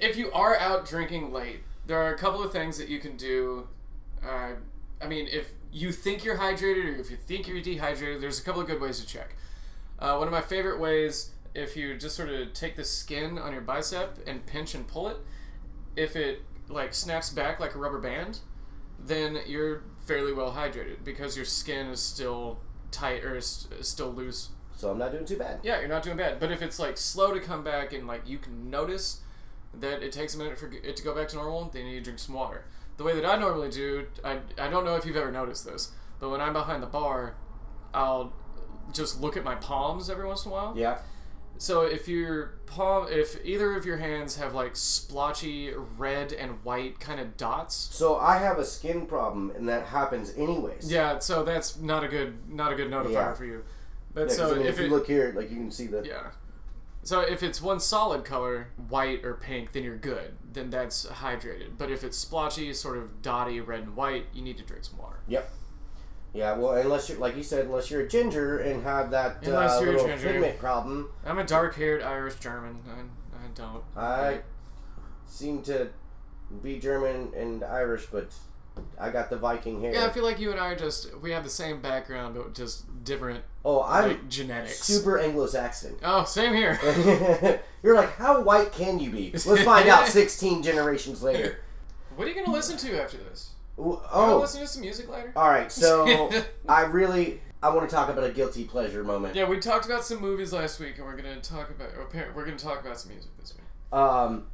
Speaker 2: if you are out drinking late, there are a couple of things that you can do. Uh, I mean, if you think you're hydrated or if you think you're dehydrated, there's a couple of good ways to check. Uh, one of my favorite ways, if you just sort of take the skin on your bicep and pinch and pull it, if it like snaps back like a rubber band, then you're fairly well hydrated because your skin is still tight or is is still loose.
Speaker 1: So I'm not doing too bad.
Speaker 2: Yeah, you're not doing bad. But if it's like slow to come back and like you can notice that it takes a minute for it to go back to normal, then you need to drink some water. The way that I normally do, I, I don't know if you've ever noticed this, but when I'm behind the bar, I'll just look at my palms every once in a while.
Speaker 1: Yeah.
Speaker 2: So if your palm, if either of your hands have like splotchy red and white kind of dots,
Speaker 1: So I have a skin problem, and that happens anyways.
Speaker 2: yeah, so that's not a good not a good notifier
Speaker 1: Yeah.
Speaker 2: for you.
Speaker 1: Yeah,
Speaker 2: But
Speaker 1: 'cause,
Speaker 2: so
Speaker 1: I mean,
Speaker 2: if
Speaker 1: if, you
Speaker 2: it,
Speaker 1: look here, like you can see the.
Speaker 2: Yeah. So if it's one solid color, white or pink, then you're good. Then that's hydrated. But if it's splotchy, sort of dotty, red and white, you need to drink some water.
Speaker 1: Yep. Yeah. Well, unless you're like you said, unless you're a ginger and have that
Speaker 2: Unless
Speaker 1: uh,
Speaker 2: you're a
Speaker 1: little
Speaker 2: ginger.
Speaker 1: pigment problem,
Speaker 2: I'm a dark-haired Irish German. I, I don't.
Speaker 1: I seem to be German and Irish, but I got the Viking hair.
Speaker 2: Yeah, I feel like you and I are just we have the same background, but just different
Speaker 1: oh, I'm
Speaker 2: like, genetics.
Speaker 1: super Uh, Anglo-Saxon.
Speaker 2: Oh, same here.
Speaker 1: you're like, how white can you be? Let's find out 16 generations later.
Speaker 2: what are you gonna listen to after this?
Speaker 1: Ooh,
Speaker 2: You gonna
Speaker 1: Oh,
Speaker 2: listen to some music later.
Speaker 1: all right. So I really I want to talk about a guilty pleasure moment.
Speaker 2: Yeah, we talked about some movies last week, and we're gonna talk about or appar- we're gonna talk about some music this week.
Speaker 1: Um,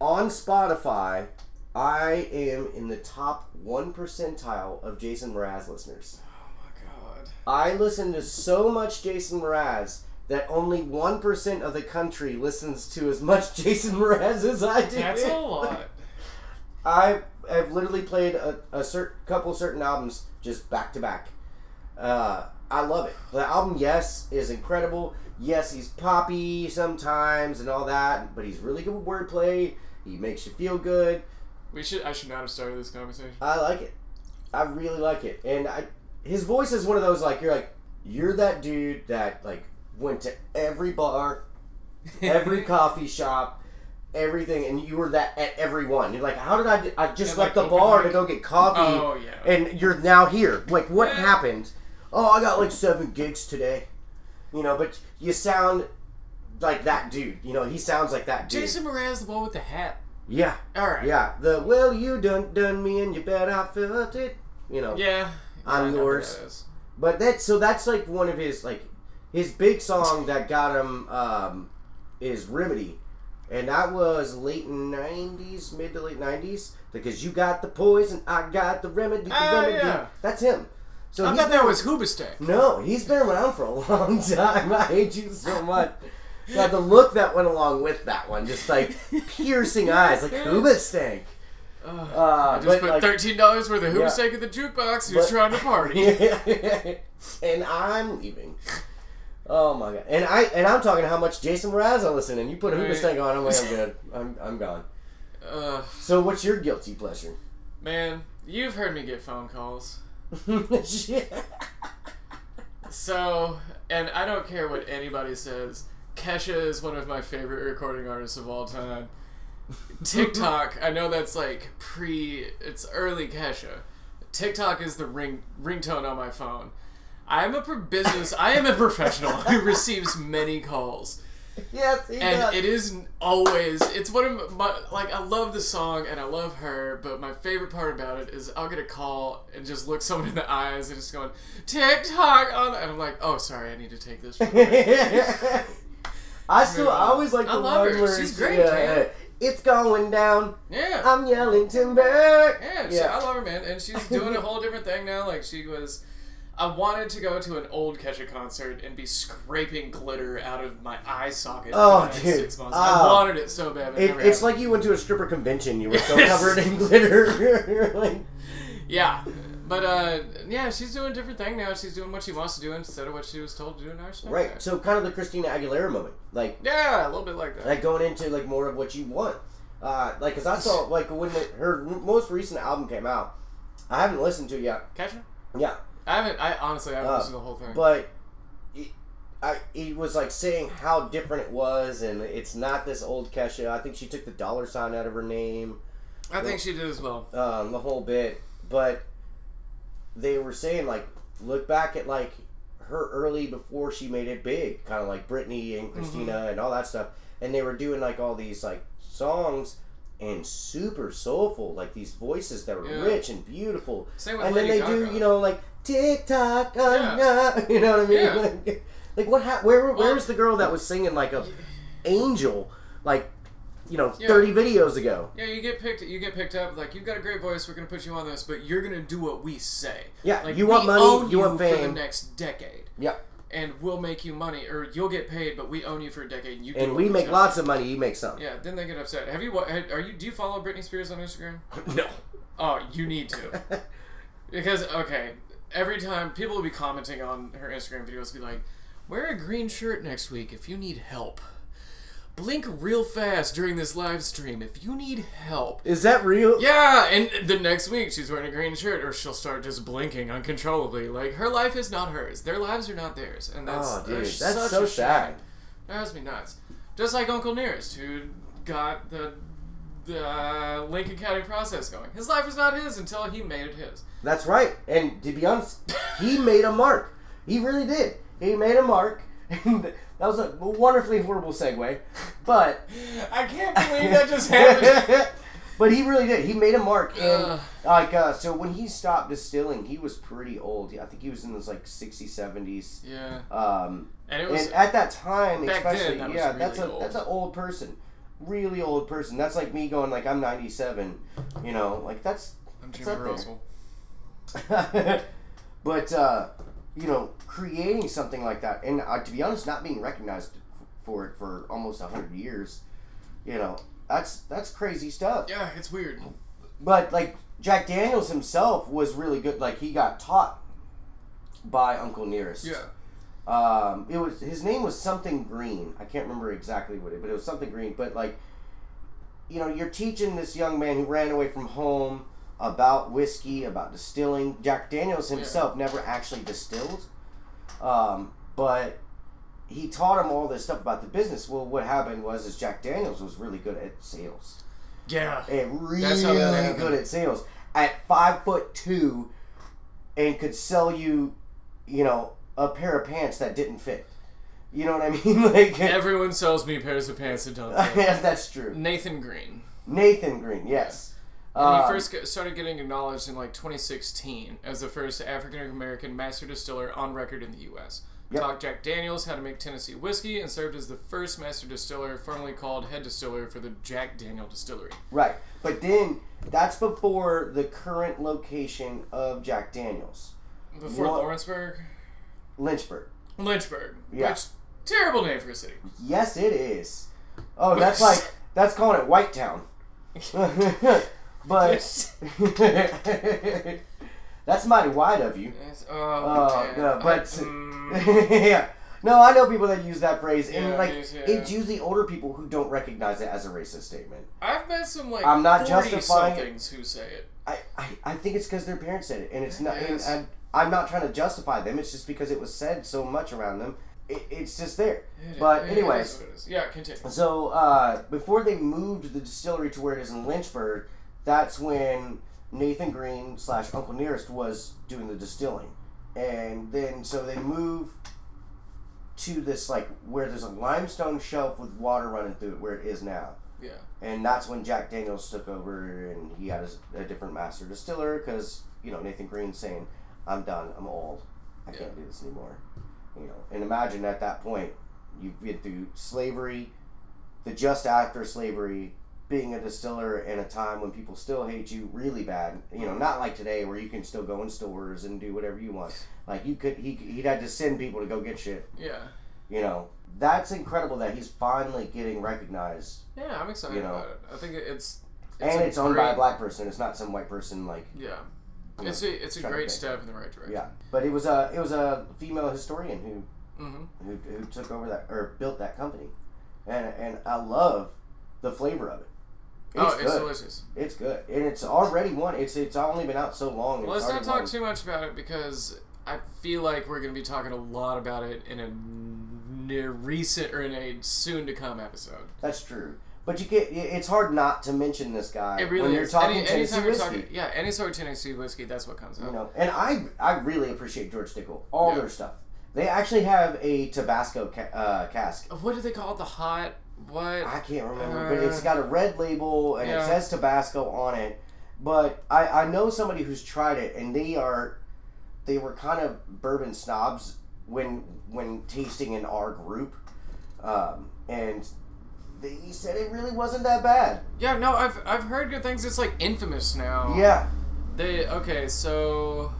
Speaker 1: on Spotify, I am in the top one percentile of Jason Mraz listeners.
Speaker 2: Oh my god.
Speaker 1: I listen to so much Jason Mraz that only one percent of the country listens to as much Jason Mraz as I do.
Speaker 2: That's a lot.
Speaker 1: I have literally played a, a cert, couple certain albums just back to back. Uh, I love it. The album, yes, is incredible. Yes, he's poppy sometimes and all that, but he's really good with wordplay. He makes you feel good.
Speaker 2: We should. I should not have started this conversation.
Speaker 1: I like it. I really like it. And I, his voice is one of those like you're like you're that dude that like went to every bar, every coffee shop, everything, and you were that at every one. You're like, how did I? do- I just
Speaker 2: Yeah,
Speaker 1: left
Speaker 2: like,
Speaker 1: the bar
Speaker 2: open
Speaker 1: to go get coffee
Speaker 2: oh yeah.
Speaker 1: and you're now here. Like, what
Speaker 2: Yeah.
Speaker 1: happened? Oh, I got like seven gigs today. You know, but you sound like that dude. You know, he sounds like that dude.
Speaker 2: Jason Mraz, the one with the hat.
Speaker 1: Yeah,
Speaker 2: All right.
Speaker 1: yeah. The well, you done done me, and you bet I felt it. You know,
Speaker 2: Yeah.
Speaker 1: I'm
Speaker 2: I know who
Speaker 1: yours.
Speaker 2: that is.
Speaker 1: but that's so that's like one of his like his big song that got him um, is remedy. And that was late '90s, mid to late '90s, because you got the poison, I got the remedy. the
Speaker 2: Oh,
Speaker 1: remedy.
Speaker 2: yeah.
Speaker 1: That's him. So
Speaker 2: I
Speaker 1: he's
Speaker 2: thought that was Hoobastank.
Speaker 1: No, he's been around for a long time. I hate you so much. Yeah, the look that went along with that one, just like piercing eyes, like Uba stank.
Speaker 2: Ugh.
Speaker 1: Uh,
Speaker 2: I just
Speaker 1: but,
Speaker 2: put
Speaker 1: like-
Speaker 2: thirteen dollars worth of
Speaker 1: Yeah.
Speaker 2: Hoobastank at the jukebox. He was
Speaker 1: But-
Speaker 2: trying to party.
Speaker 1: and I'm leaving. Oh my god! And I and I'm talking how much Jason Mraz I listen, and you put Uba
Speaker 2: Right.
Speaker 1: stank on, I'm like, I'm good, I'm, I'm gone.
Speaker 2: Ugh,
Speaker 1: So what's your guilty pleasure?
Speaker 2: man, you've heard me get phone calls.
Speaker 1: Shit.
Speaker 2: So, and I don't care what anybody says. Kesha is one of my favorite recording artists of all time. TikTok, I know that's like pre, it's early Kesha. TikTok is the ring ringtone on my phone. I am a pro- business. I am a professional who receives many calls,
Speaker 1: Yes, he
Speaker 2: and
Speaker 1: does.
Speaker 2: it is always. It's one of my like. I love the song and I love her, but my favorite part about it is I'll get a call and just look someone in the eyes and just going TikTok on, and I'm like, oh, sorry, I need to take this.
Speaker 1: I still, I always like the
Speaker 2: I
Speaker 1: one
Speaker 2: love her.
Speaker 1: where
Speaker 2: She's
Speaker 1: it's,
Speaker 2: great,
Speaker 1: yeah,
Speaker 2: man.
Speaker 1: yeah. It's going down.
Speaker 2: Yeah.
Speaker 1: I'm yelling timber.
Speaker 2: Yeah, she, I love her, man. And she's doing a whole different thing now. Like, she was. I wanted to go to an old Kesha concert and be scraping glitter out of my eye socket
Speaker 1: Oh,
Speaker 2: for the next
Speaker 1: dude.
Speaker 2: six months.
Speaker 1: Oh.
Speaker 2: I wanted it so bad. But it
Speaker 1: It,
Speaker 2: never
Speaker 1: it's
Speaker 2: happened.
Speaker 1: like you went to a stripper convention. You were so
Speaker 2: Yes.
Speaker 1: covered in glitter. You're like,
Speaker 2: Yeah. But, uh, yeah, she's doing a different thing now. She's doing what she wants to do instead of what she was told to do in our respect
Speaker 1: right.
Speaker 2: that.
Speaker 1: So kind of the Christina Aguilera moment, like
Speaker 2: Yeah, a little bit like that.
Speaker 1: like going into like more of what you want. Uh, like, cause I saw like when the, her most recent album came out. I haven't listened to it yet.
Speaker 2: Kesha?
Speaker 1: Yeah,
Speaker 2: I haven't. I honestly I haven't
Speaker 1: Uh,
Speaker 2: listened to the whole thing.
Speaker 1: but it, I, it was like saying how different it was, and it's not this old Kesha. I think she took the dollar sign out of her name,
Speaker 2: I think she did as well.
Speaker 1: um, the whole bit. But they were saying like, look back at like her early before she made it big, kind
Speaker 2: Mm-hmm.
Speaker 1: of like Britney and Christina and all that stuff. And they were doing like all these like songs and super soulful, like these voices that were
Speaker 2: Yeah.
Speaker 1: rich and beautiful.
Speaker 2: Same with
Speaker 1: and
Speaker 2: Lady
Speaker 1: then they
Speaker 2: Gaga.
Speaker 1: do, you know, like TikTok, uh,
Speaker 2: Yeah.
Speaker 1: uh, you know what I mean?
Speaker 2: Yeah.
Speaker 1: Like, like, what? Ha- where?
Speaker 2: Well-
Speaker 1: where was the girl that was singing like a angel, like you know,
Speaker 2: Yeah.
Speaker 1: thirty videos ago?
Speaker 2: Yeah, you get picked. You get picked up. Like you've got a great voice. We're gonna put you on this, but you're gonna do what we say.
Speaker 1: Yeah,
Speaker 2: like,
Speaker 1: you want
Speaker 2: we
Speaker 1: money,
Speaker 2: own
Speaker 1: you want
Speaker 2: for the
Speaker 1: fame.
Speaker 2: next decade,
Speaker 1: Yeah,
Speaker 2: and we'll make you money, or you'll get paid, but we own you for a decade. And you do
Speaker 1: and
Speaker 2: what
Speaker 1: we make
Speaker 2: tell
Speaker 1: lots of money. You make some.
Speaker 2: you. Yeah, then they get upset. Have you? wa- Are you? Do you follow Britney Spears on Instagram?
Speaker 1: No.
Speaker 2: Oh, you need to. Because okay, every time people will be commenting on her Instagram videos, be like, "Wear a green shirt next week if you need help." Blink real fast during this live stream if you need help.
Speaker 1: Is that real?
Speaker 2: Yeah, and the next week she's wearing a green shirt, or she'll start just blinking uncontrollably. Like her life is not hers; their lives are not theirs, and that's
Speaker 1: Oh, dude,
Speaker 2: uh,
Speaker 1: that's
Speaker 2: such
Speaker 1: so
Speaker 2: a
Speaker 1: sad.
Speaker 2: Shame. That has me nuts. Just like Uncle Nearest, who got the the uh, Lincoln County process going. His life was not his until he made it his.
Speaker 1: That's right. And to be honest, he made a mark. He really did. He made a mark. And that was a wonderfully horrible segue, but
Speaker 2: I can't believe that just happened.
Speaker 1: but he really did. He made a mark. And
Speaker 2: Ugh.
Speaker 1: like uh, so, when he stopped distilling, he was pretty old. I think he was in his like 60s, 70s.
Speaker 2: yeah,
Speaker 1: Um,
Speaker 2: and it was
Speaker 1: and at that time,
Speaker 2: Back then,
Speaker 1: especially,
Speaker 2: that was
Speaker 1: yeah, that's
Speaker 2: really
Speaker 1: a
Speaker 2: old.
Speaker 1: that's an old person, really old person. That's like me going like I'm 97, you know, like that's
Speaker 2: I'm
Speaker 1: it's
Speaker 2: Jimmy
Speaker 1: up there.
Speaker 2: Russell.
Speaker 1: but uh, you know, creating something like that, and uh, to be honest, not being recognized f- for it for almost hundred years, you know, that's that's crazy stuff.
Speaker 2: Yeah, it's weird.
Speaker 1: But like Jack Daniels himself was really good. Like he got taught by Uncle Nearest.
Speaker 2: Yeah,
Speaker 1: Um, it was his name was something green. I can't remember exactly what it, but it was something green. But like, you know, you're teaching this young man who ran away from home about whiskey, about distilling. Jack Daniels himself never actually distilled, um, but he taught him all this stuff about the business. Well, what happened was is Jack Daniels was really good at sales.
Speaker 2: yeah.
Speaker 1: And really
Speaker 2: That's how that happened.
Speaker 1: good at sales. At five foot two, and could sell you, you know, a pair of pants that didn't fit. You know what I mean? Like
Speaker 2: Everyone sells me pairs of pants that don't fit.
Speaker 1: yeah, that's true.
Speaker 2: Nathan Green.
Speaker 1: Nathan Green, yes.
Speaker 2: And
Speaker 1: Um,
Speaker 2: he first got- started getting acknowledged in like 2016 as the first African American master distiller on record in the U.S.
Speaker 1: Yep.
Speaker 2: Taught Jack Daniels how to make Tennessee whiskey and served as the first master distiller, formerly called head distiller for the Jack Daniel Distillery.
Speaker 1: Right. But then that's before the current location of Jack Daniels.
Speaker 2: Before
Speaker 1: What?
Speaker 2: Lawrenceburg,
Speaker 1: Lynchburg.
Speaker 2: Lynchburg,
Speaker 1: Yeah.
Speaker 2: which terrible name for a city.
Speaker 1: Yes it is. Oh, that's like that's calling it White Town. but that's mighty wide of you.
Speaker 2: Yes, oh,
Speaker 1: Oh,
Speaker 2: damn.
Speaker 1: no,
Speaker 2: I-
Speaker 1: but
Speaker 2: mm,
Speaker 1: yeah, no, I know people that use that phrase, and
Speaker 2: Yeah,
Speaker 1: like
Speaker 2: it is, yeah.
Speaker 1: it's usually older people who don't recognize it as a racist statement.
Speaker 2: I've met some like
Speaker 1: I'm not
Speaker 2: 40
Speaker 1: justifying it.
Speaker 2: somethings who say it.
Speaker 1: I, I, I think it's because their parents said it, and it's not. And,
Speaker 2: Yes.
Speaker 1: and I'm not trying to justify them. It's just because it was said so much around them. It, it's just there.
Speaker 2: It-
Speaker 1: But
Speaker 2: it is
Speaker 1: anyways.
Speaker 2: what it is. yeah, continue.
Speaker 1: So uh, before they moved the distillery to where it is in Lynchburg, that's when Nathan Green slash Uncle Nearest was doing the distilling, and then so they move to this like where there's a limestone shelf with water running through it where it is now,
Speaker 2: Yeah,
Speaker 1: and that's when Jack Daniels took over and he had a, a different master distiller because you know Nathan Green's saying, "I'm done. I'm old. I
Speaker 2: Yeah.
Speaker 1: can't do this anymore." You know, and imagine at that point you've been through slavery, the just after slavery, being a distiller in a time when people still hate you really bad. You know, not like today where you can still go in stores and do whatever you want. Like you could, he he'd had to send people to go get shit.
Speaker 2: yeah,
Speaker 1: You know, that's incredible that he's finally getting recognized
Speaker 2: yeah. I'm excited
Speaker 1: You know.
Speaker 2: about it. I think it- it's, it's
Speaker 1: and
Speaker 2: a
Speaker 1: it's owned by a
Speaker 2: great-
Speaker 1: black person. It's not some white person like
Speaker 2: Yeah.
Speaker 1: Yeah.
Speaker 2: It's a it's a
Speaker 1: Trying to
Speaker 2: great
Speaker 1: think.
Speaker 2: step in the right direction.
Speaker 1: yeah. But it was a it was a female historian who
Speaker 2: hmm
Speaker 1: who, who took over that or built that company, and and I love the flavor of it. It's
Speaker 2: oh, it's
Speaker 1: good.
Speaker 2: delicious.
Speaker 1: It's good, and it's already one. It's it's only been out so long. and
Speaker 2: Well, let's
Speaker 1: it's
Speaker 2: not
Speaker 1: already
Speaker 2: talk too much about it because I feel like we're going to be talking a lot about it in a near recent or in a soon to come episode.
Speaker 1: won. That's true. But you get it- it's hard not to mention this guy
Speaker 2: It really
Speaker 1: when you're
Speaker 2: is.
Speaker 1: talking
Speaker 2: any,
Speaker 1: Tennessee
Speaker 2: anytime we're
Speaker 1: whiskey.
Speaker 2: talking, yeah, any sort of Tennessee whiskey, that's what comes
Speaker 1: You
Speaker 2: up.
Speaker 1: know, and I I really appreciate George Dickel all
Speaker 2: Yeah.
Speaker 1: their stuff. They actually have a Tabasco ca- uh, cask.
Speaker 2: What do they call it? The hot What?
Speaker 1: I can't remember, but it's got a red label and it
Speaker 2: Uh. Yeah.
Speaker 1: says Tabasco on it. But I, I know somebody who's tried it and they are they were kind of bourbon snobs when when tasting in our group. Um, and they said it really wasn't that bad.
Speaker 2: Yeah, no, I've I've heard good things. It's like infamous now.
Speaker 1: Yeah.
Speaker 2: They okay, so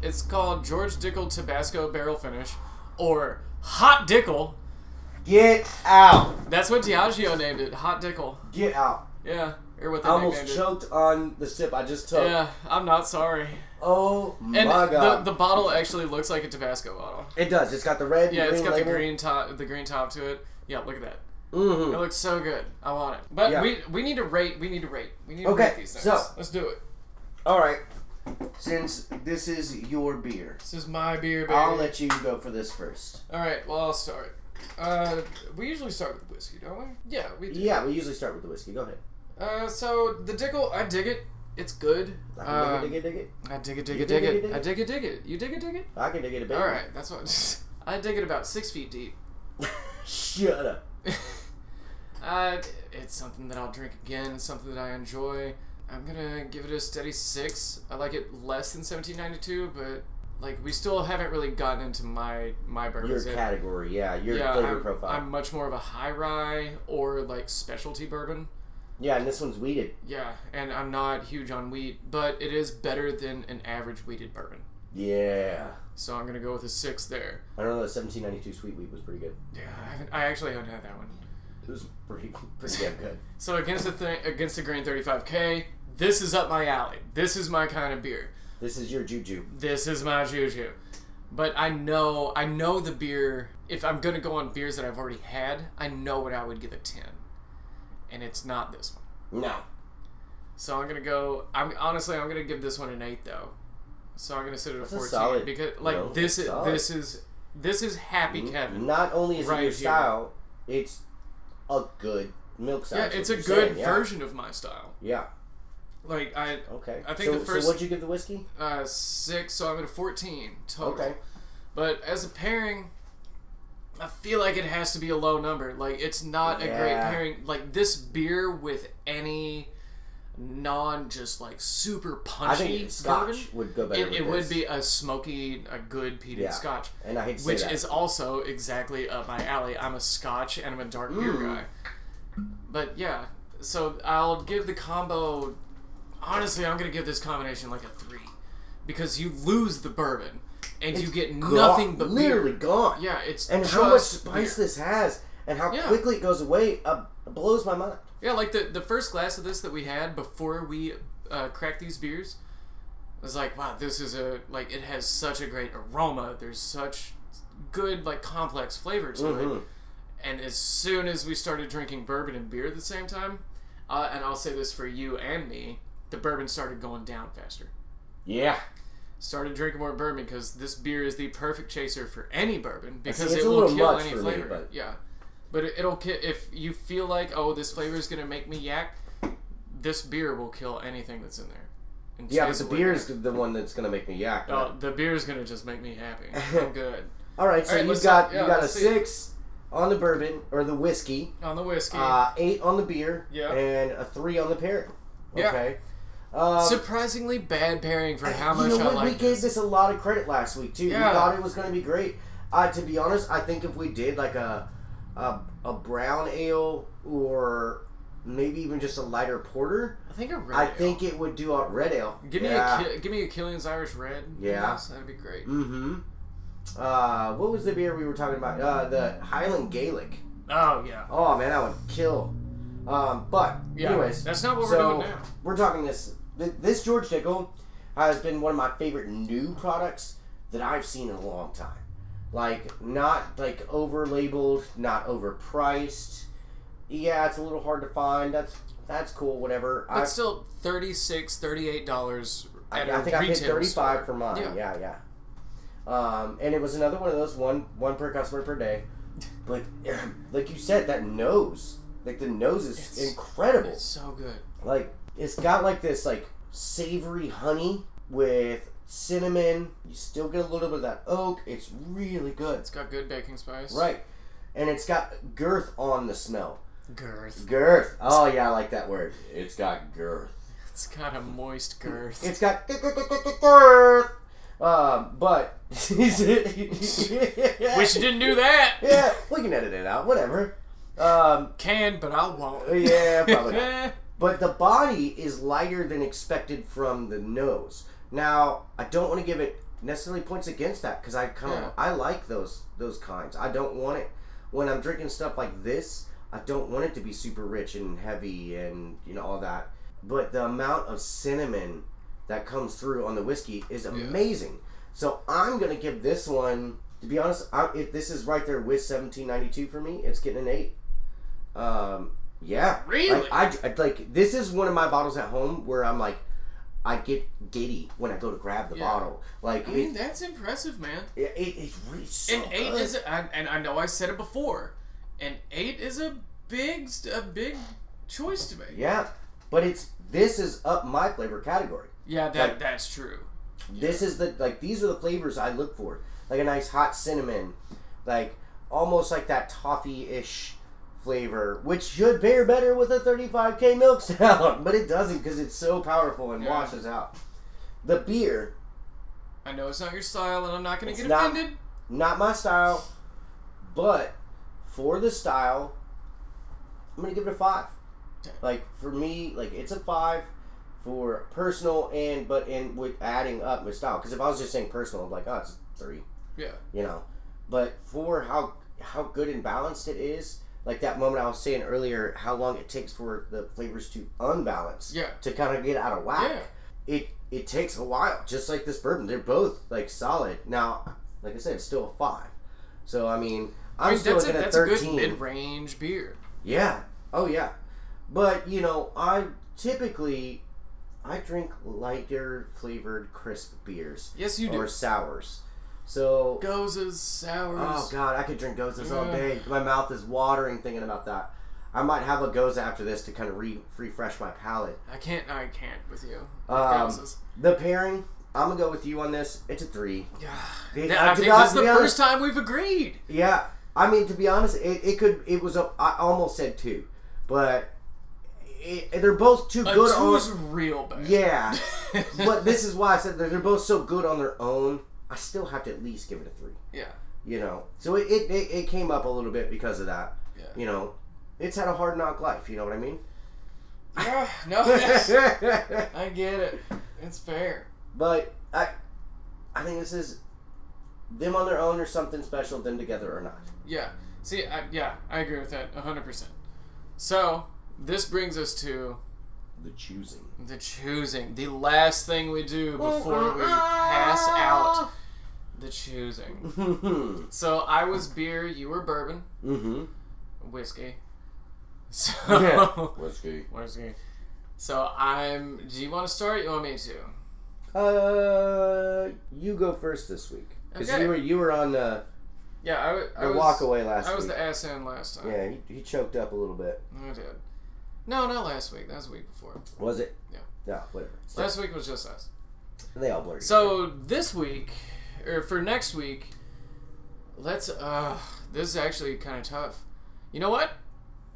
Speaker 2: it's called George Dickel Tabasco Barrel Finish, or Hot Dickel.
Speaker 1: Get out.
Speaker 2: That's what Diageo named it. Hot Dickel.
Speaker 1: Get out.
Speaker 2: Yeah, or what they
Speaker 1: I almost
Speaker 2: nicknamed
Speaker 1: choked on the sip I just
Speaker 2: it.
Speaker 1: took.
Speaker 2: Yeah, I'm not sorry.
Speaker 1: Oh my
Speaker 2: And
Speaker 1: god.
Speaker 2: the the bottle actually looks like a Tabasco bottle.
Speaker 1: it does. It's got the red
Speaker 2: Yeah,
Speaker 1: and
Speaker 2: it's
Speaker 1: green
Speaker 2: got the
Speaker 1: label.
Speaker 2: green top, the green top to it. Yeah, look at that.
Speaker 1: Mhm.
Speaker 2: It looks so good. I want it. But
Speaker 1: Yeah.
Speaker 2: we we need to rate. We need to rate. We need to
Speaker 1: Okay,
Speaker 2: rate these things.
Speaker 1: so-
Speaker 2: Let's do it.
Speaker 1: All right. Since this is your beer,
Speaker 2: This is my beer, baby.
Speaker 1: I'll let you go for this first.
Speaker 2: All right. Well, I'll start. Uh, we usually start with whiskey, don't we? Yeah, we do.
Speaker 1: Yeah, we usually start with the whiskey. Go ahead.
Speaker 2: Uh, so the Dickel, I dig it. It's good.
Speaker 1: I can
Speaker 2: Uh,
Speaker 1: dig it, dig it, dig it.
Speaker 2: I dig it, dig
Speaker 1: You
Speaker 2: it, dig it. I dig it, dig it. You dig it, dig it.
Speaker 1: I can dig it a bit.
Speaker 2: All right, that's what. I dig it about six feet deep.
Speaker 1: Shut up.
Speaker 2: uh, it's something that I'll drink again. Something that I enjoy. I'm gonna give it a steady six. I like it less than 1792, but like we still haven't really gotten into my my
Speaker 1: Your
Speaker 2: bourbons yet.
Speaker 1: category, yeah, your
Speaker 2: yeah,
Speaker 1: flavor
Speaker 2: I'm,
Speaker 1: profile.
Speaker 2: I'm much more of a high rye or like specialty bourbon.
Speaker 1: yeah, and this one's weeded.
Speaker 2: Yeah, and I'm not huge on wheat, but it is better than an average wheated bourbon.
Speaker 1: Yeah.
Speaker 2: So I'm gonna go with a six there.
Speaker 1: I don't know that 1792 sweet wheat was pretty good.
Speaker 2: Yeah, I, haven't, I actually haven't had that one.
Speaker 1: It was pretty, pretty damn good.
Speaker 2: So against the thing, against the grain 35k, this is up my alley. This is my kind of beer.
Speaker 1: This is your juju.
Speaker 2: This is my juju. But I know, I know the beer. If I'm gonna go on beers that I've already had, I know what I would give a ten, and it's not this one.
Speaker 1: No.
Speaker 2: So I'm gonna go. I'm honestly, I'm gonna give this one an eight though. So I'm gonna sit at a
Speaker 1: a
Speaker 2: fourteen
Speaker 1: solid-
Speaker 2: because like
Speaker 1: no,
Speaker 2: this is
Speaker 1: solid. Mm-hmm.
Speaker 2: this is this is happy Kevin.
Speaker 1: Not only is
Speaker 2: Right
Speaker 1: it your
Speaker 2: here.
Speaker 1: style, it's a good milk style.
Speaker 2: Yeah,
Speaker 1: is
Speaker 2: it's a
Speaker 1: what
Speaker 2: good
Speaker 1: you're saying, yeah.
Speaker 2: version of my style.
Speaker 1: Yeah.
Speaker 2: Like I
Speaker 1: Okay.
Speaker 2: I think
Speaker 1: so,
Speaker 2: the first-
Speaker 1: So what'd you give the whiskey?
Speaker 2: uh six, so I'm at a fourteen total.
Speaker 1: Okay.
Speaker 2: But as a pairing, I feel like it has to be a low number. Like it's not a great
Speaker 1: Yeah.
Speaker 2: pairing. Like this beer with any non just like super
Speaker 1: I
Speaker 2: punchy
Speaker 1: think Scotch
Speaker 2: bourbon,
Speaker 1: would go better.
Speaker 2: It,
Speaker 1: with
Speaker 2: it would
Speaker 1: this.
Speaker 2: be a smoky, a good peated
Speaker 1: Yeah.
Speaker 2: scotch.
Speaker 1: and I hate to say
Speaker 2: which
Speaker 1: that.
Speaker 2: is also exactly up my alley. I'm a Scotch and I'm a dark beer
Speaker 1: Mm.
Speaker 2: guy. But yeah, so I'll give the combo. Honestly, I'm gonna give this combination like a three, because you lose the bourbon and you get
Speaker 1: Gone-
Speaker 2: nothing but
Speaker 1: literally
Speaker 2: beer.
Speaker 1: gone.
Speaker 2: Yeah, it's
Speaker 1: and
Speaker 2: just
Speaker 1: how much spice
Speaker 2: beer.
Speaker 1: this has, and how
Speaker 2: Yeah.
Speaker 1: quickly it goes away, uh, blows my mind.
Speaker 2: Yeah, like the the first glass of this that we had before we uh, cracked these beers. I was like, wow, this is a like it has such a great aroma. There's such good like complex flavor to it.
Speaker 1: Mhm.
Speaker 2: And as soon as we started drinking bourbon and beer at the same time, uh, and I'll say this for you and me, the bourbon started going down faster.
Speaker 1: Yeah,
Speaker 2: Started drinking more bourbon because this beer is the perfect chaser for any bourbon
Speaker 1: see,
Speaker 2: because
Speaker 1: it's
Speaker 2: it
Speaker 1: a
Speaker 2: will
Speaker 1: little
Speaker 2: kill
Speaker 1: much
Speaker 2: any
Speaker 1: for me,
Speaker 2: flavor.
Speaker 1: but-
Speaker 2: Yeah, but it, it'll kill if you feel like oh this flavor is gonna make me yak. This beer will kill anything that's in there. And
Speaker 1: yeah, but
Speaker 2: stays
Speaker 1: the
Speaker 2: away
Speaker 1: beer
Speaker 2: from
Speaker 1: is the one that's gonna make me yak.
Speaker 2: it. Oh, the beer is gonna just make me happy. I'm good
Speaker 1: All right, so
Speaker 2: All right,
Speaker 1: you
Speaker 2: let's-
Speaker 1: got
Speaker 2: yeah,
Speaker 1: you got a
Speaker 2: let's see.
Speaker 1: six on the bourbon or the whiskey,
Speaker 2: on the whiskey.
Speaker 1: uh, eight on the beer,
Speaker 2: Yeah.
Speaker 1: and a three on the pairing.
Speaker 2: Yeah.
Speaker 1: Okay. Um,
Speaker 2: Surprisingly bad pairing for how much
Speaker 1: you know
Speaker 2: I
Speaker 1: what?
Speaker 2: like.
Speaker 1: we gave this a lot of credit last week too.
Speaker 2: Yeah.
Speaker 1: We thought it was going to be great. Uh, to be honest, I think if we did like a, a a brown ale or maybe even just a lighter porter,
Speaker 2: I think a red
Speaker 1: I
Speaker 2: ale.
Speaker 1: think it would do a red ale.
Speaker 2: Give me
Speaker 1: yeah.
Speaker 2: a Ki- give me a Killian's Irish Red.
Speaker 1: Yeah.
Speaker 2: Yes, that'd be great.
Speaker 1: Mm-hmm. Uh, what was the beer we were talking about? Uh, the Highland Gaelic.
Speaker 2: Oh yeah.
Speaker 1: Oh man, that would kill. Um, but
Speaker 2: Yeah.
Speaker 1: anyways,
Speaker 2: that's not what
Speaker 1: so-
Speaker 2: we're doing now.
Speaker 1: we're talking this. th- This George Dickel has been one of my favorite new products that I've seen in a long time. Like not like over labeled, not overpriced. Yeah, it's a little hard to find. That's that's cool. Whatever.
Speaker 2: But
Speaker 1: I,
Speaker 2: still, 36 dollars
Speaker 1: I,
Speaker 2: at
Speaker 1: I
Speaker 2: a
Speaker 1: think I
Speaker 2: retail
Speaker 1: paid thirty five
Speaker 2: store.
Speaker 1: for mine.
Speaker 2: Yeah.
Speaker 1: Yeah, yeah. Um, and it was another one of those one one per customer per day. Like like you said, that nose, like the nose is
Speaker 2: It's-
Speaker 1: incredible.
Speaker 2: It's so good.
Speaker 1: Like it's got like this like savory honey with cinnamon. You still get a little bit of that oak. It's really good.
Speaker 2: It's got good baking spice.
Speaker 1: Right. And it's got girth on the smell.
Speaker 2: Girth.
Speaker 1: Girth. Oh yeah, I like that word. It's got girth.
Speaker 2: It's got a moist girth.
Speaker 1: It's got girth. Um, but which
Speaker 2: Wish you didn't do that.
Speaker 1: yeah, we can edit it out. Whatever. Um,
Speaker 2: Can, but I won't.
Speaker 1: yeah, probably not. But the body is lighter than expected from the nose. Now, I don't want to give it necessarily points against that because I kind of
Speaker 2: Yeah.
Speaker 1: I like those those kinds. I don't want it when I'm drinking stuff like this. I don't want it to be super rich and heavy and you know all that. But the amount of cinnamon that comes through on the whiskey is amazing. So I'm gonna give this one. To be honest, I, if this is right there with 1792 for me, it's getting an eight. Um, yeah,
Speaker 2: Really?
Speaker 1: Like, I, I like this is one of my bottles at home where I'm like, I get giddy when I go to grab the
Speaker 2: Yeah.
Speaker 1: bottle. Like
Speaker 2: I mean, that's impressive, man.
Speaker 1: it, it, it, it's really so
Speaker 2: An eight
Speaker 1: good.
Speaker 2: is, a- I- and I know I said it before, an eight is a big, a big choice to make.
Speaker 1: yeah, but it's this is up my flavor category.
Speaker 2: Yeah, that
Speaker 1: Like-
Speaker 2: that's true.
Speaker 1: This is the like these are the flavors I look for. Like a nice hot cinnamon, like almost like that toffee-ish flavor, which should pair better with a 35k milk stout, but it doesn't because it's so powerful and
Speaker 2: Yeah.
Speaker 1: washes out. The beer,
Speaker 2: I know it's not your style, and I'm not gonna
Speaker 1: It's
Speaker 2: get
Speaker 1: not-
Speaker 2: offended.
Speaker 1: not my style, but for the style, I'm gonna give it a five. Like for me, like it's a five for personal and but and with adding up my style. Because if I was just saying personal, I'm like, oh, it's a three.
Speaker 2: Yeah.
Speaker 1: you know. But for how how good and balanced it is, like that moment I was saying earlier, how long it takes for the flavors to unbalance,
Speaker 2: Yeah.
Speaker 1: to kind of get out of whack. It it takes a while, just like this bourbon. They're both like solid. Now, like I said, it's still a five. So I mean, I'm
Speaker 2: I mean,
Speaker 1: still
Speaker 2: that's a,
Speaker 1: looking at
Speaker 2: that's a good
Speaker 1: thirteen.
Speaker 2: mid-range beer.
Speaker 1: Yeah. Oh yeah. But you know, I typically I drink lighter flavored crisp beers
Speaker 2: Yes, you do.
Speaker 1: or sours. So
Speaker 2: Gozas, sours.
Speaker 1: Oh god, I could drink gozas all
Speaker 2: Yeah.
Speaker 1: day. My mouth is watering thinking about that. I might have a goza after this to kind of re- refresh my palate.
Speaker 2: I can't. I can't with you. With
Speaker 1: Um,
Speaker 2: Gozas.
Speaker 1: The pairing, I'm gonna go with you on this. It's a three.
Speaker 2: Yeah.
Speaker 1: They-
Speaker 2: That-
Speaker 1: uh,
Speaker 2: I
Speaker 1: to
Speaker 2: think
Speaker 1: be hon-
Speaker 2: this is
Speaker 1: to
Speaker 2: the
Speaker 1: be
Speaker 2: first time we've agreed.
Speaker 1: Yeah, I mean to be honest, it, it could it was a, I almost said two, but it, they're both too
Speaker 2: A
Speaker 1: good
Speaker 2: two
Speaker 1: on.
Speaker 2: is real bad.
Speaker 1: Yeah, but this is why I said that they're both so good on their own. I still have to at least give it a three.
Speaker 2: yeah.
Speaker 1: you know so it, it, it, it came up a little bit because of that
Speaker 2: Yeah.
Speaker 1: you know it's had a hard knock life you know what i mean
Speaker 2: Yeah. No. that's- I get it. It's fair.
Speaker 1: but i i think this is them on their own or something special them together or not
Speaker 2: Yeah. See, I, yeah, I agree with that 100%. So, this brings us to
Speaker 1: the choosing
Speaker 2: the choosing. The last thing we do before we pass out the choosing.
Speaker 1: mm-hmm
Speaker 2: So, I was beer, you were bourbon,
Speaker 1: mm-hmm
Speaker 2: whiskey. So,
Speaker 1: whiskey
Speaker 2: whiskey. So, I'm. Do you want to start? You want me to?
Speaker 1: uh you go first this week because
Speaker 2: Okay.
Speaker 1: you were you were on uh,
Speaker 2: Yeah, I, w- I
Speaker 1: the
Speaker 2: was.
Speaker 1: walk away last
Speaker 2: I was
Speaker 1: week
Speaker 2: the ass end last time.
Speaker 1: yeah he, he choked up a little bit
Speaker 2: I did. No, not last week. That was the week before.
Speaker 1: was it
Speaker 2: Yeah.
Speaker 1: yeah whatever
Speaker 2: Last week was just us.
Speaker 1: they all blurred
Speaker 2: So this week, or for next week, let's. uh This is actually kind of tough. You know what?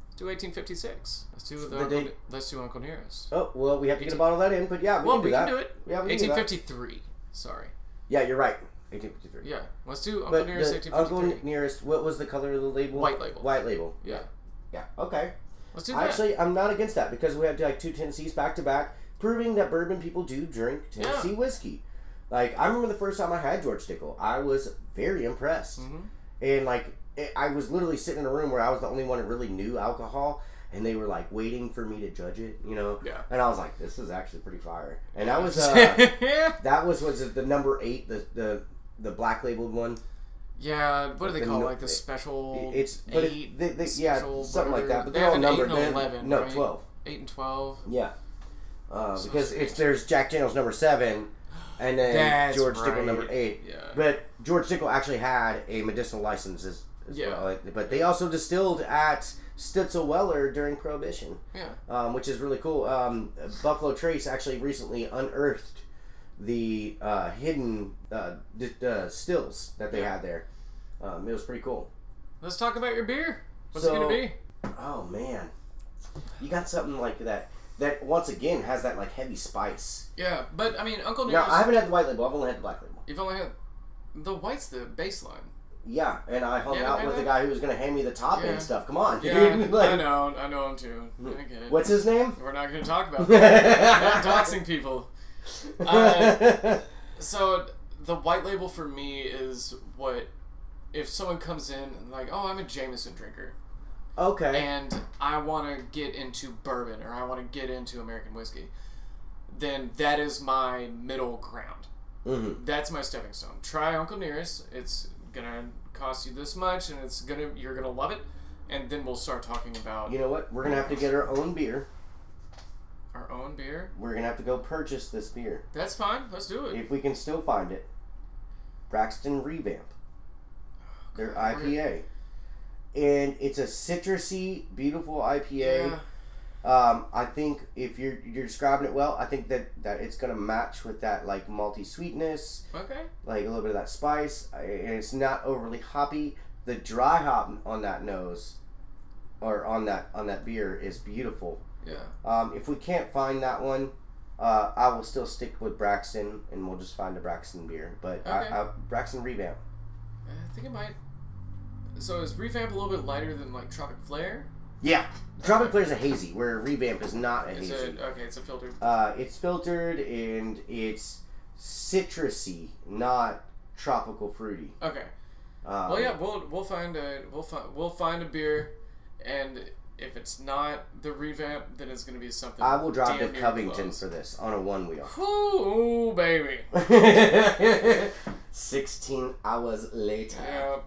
Speaker 2: Let's do 1856. Let's do the
Speaker 1: The
Speaker 2: Uncle,
Speaker 1: date-
Speaker 2: Let's do Uncle Nearest.
Speaker 1: Oh well, we have to get a bottle of that in, but yeah, we
Speaker 2: well,
Speaker 1: can do
Speaker 2: we
Speaker 1: that.
Speaker 2: can do it.
Speaker 1: Yeah, we can do that.
Speaker 2: 1853. Sorry.
Speaker 1: Yeah, you're right. 1853.
Speaker 2: Yeah. Let's do Uncle
Speaker 1: But
Speaker 2: Nearest
Speaker 1: the Uncle
Speaker 2: 1853.
Speaker 1: Nearest, what was the color of the label?
Speaker 2: White label.
Speaker 1: White label.
Speaker 2: yeah.
Speaker 1: Yeah. Okay.
Speaker 2: Let's do that.
Speaker 1: Actually, I'm not against that because we have like two Tennessees back to back, proving that bourbon people do drink Tennessee whiskey. Like I remember the first time I had George Stickle, I was very impressed,
Speaker 2: Mhm.
Speaker 1: and like it, I was literally sitting in a room where I was the only one who really knew alcohol, and they were like waiting for me to judge it, you know.
Speaker 2: Yeah.
Speaker 1: And I was like, this is actually pretty fire, and that was. Uh, That was was it the number eight, the the the black labeled one.
Speaker 2: yeah. What do they
Speaker 1: the
Speaker 2: call
Speaker 1: no-
Speaker 2: it? like the special?
Speaker 1: It's but it-
Speaker 2: eight,
Speaker 1: they- they- yeah,
Speaker 2: special
Speaker 1: something like that.
Speaker 2: whatever.
Speaker 1: But
Speaker 2: They
Speaker 1: they're all
Speaker 2: have an eight
Speaker 1: numbered.
Speaker 2: and
Speaker 1: they're-
Speaker 2: 11,
Speaker 1: no,
Speaker 2: right?
Speaker 1: twelve.
Speaker 2: Eight and twelve.
Speaker 1: Yeah, uh,
Speaker 2: So
Speaker 1: because it's
Speaker 2: strange.
Speaker 1: there's Jack Daniels number seven, and then
Speaker 2: That's
Speaker 1: George Stickle
Speaker 2: right.
Speaker 1: number eight.
Speaker 2: Yeah.
Speaker 1: But George Stickle actually had a medicinal license as, as
Speaker 2: Yeah.
Speaker 1: well. Like, But they also distilled at Stitzel Weller during Prohibition,
Speaker 2: Yeah.
Speaker 1: um, which is really cool. Um, Buffalo Trace actually recently unearthed the uh, hidden uh, d- uh, stills that they
Speaker 2: Yeah.
Speaker 1: had there. Um, it was pretty cool.
Speaker 2: Let's talk about your beer. What's
Speaker 1: So-
Speaker 2: it gonna be?
Speaker 1: Oh man, you got something like that. That once again has that like heavy spice.
Speaker 2: Yeah, but I mean, Uncle
Speaker 1: Now
Speaker 2: Nero's.
Speaker 1: I haven't had the white label. I've only had the black label.
Speaker 2: You've only had the white's the baseline.
Speaker 1: Yeah, and I hung
Speaker 2: Yeah,
Speaker 1: out
Speaker 2: I
Speaker 1: with the
Speaker 2: know.
Speaker 1: guy who was gonna hand me the top
Speaker 2: Yeah.
Speaker 1: end stuff. Come on, dude.
Speaker 2: Yeah,
Speaker 1: Like,
Speaker 2: I know, I know him too. I get it.
Speaker 1: What's his name?
Speaker 2: We're not going to talk about that. We're not doxing people. Uh, So the white label for me is what if someone comes in and like, oh, I'm a Jameson drinker
Speaker 1: okay.
Speaker 2: and I want to get into bourbon or I want to get into American whiskey, then that is my middle ground.
Speaker 1: hmm
Speaker 2: That's my stepping stone. Try Uncle Nearest. It's gonna cost you this much, and it's gonna you're gonna love it, and then we'll start talking about
Speaker 1: You know what? We're gonna have to get our own beer.
Speaker 2: our own beer.
Speaker 1: We're gonna have to go purchase this beer
Speaker 2: That's fine. Let's do it.
Speaker 1: if we can still find it. Braxton Revamp, their IPA, and it's a citrusy, beautiful IPA.
Speaker 2: Yeah.
Speaker 1: Um, I think if you're you're describing it well, I think that that it's gonna match with that like malty sweetness,
Speaker 2: Okay.
Speaker 1: like a little bit of that spice, I- and it's not overly hoppy. The dry hop on that nose, or on that on that beer, is beautiful.
Speaker 2: Yeah.
Speaker 1: Um, if we can't find that one, uh, I will still stick with Braxton, and we'll just find a Braxton beer. But
Speaker 2: Okay.
Speaker 1: I, I, Braxton revamp.
Speaker 2: I think it might. So is revamp a little bit lighter than like Tropic Flare?
Speaker 1: Yeah, Tropic Flair is a hazy, where revamp is not a
Speaker 2: Is
Speaker 1: hazy.
Speaker 2: it okay? It's a filter.
Speaker 1: Uh, it's filtered and it's citrusy, not tropical fruity.
Speaker 2: Okay.
Speaker 1: Um,
Speaker 2: Well, Oh, yeah, we'll we'll find a we'll find we'll find a beer, and if it's not the revamp, then it's gonna be something.
Speaker 1: I will drive
Speaker 2: damn
Speaker 1: to
Speaker 2: near
Speaker 1: Covington
Speaker 2: close.
Speaker 1: for this on a one wheel.
Speaker 2: Ooh, baby.
Speaker 1: 16 hours later.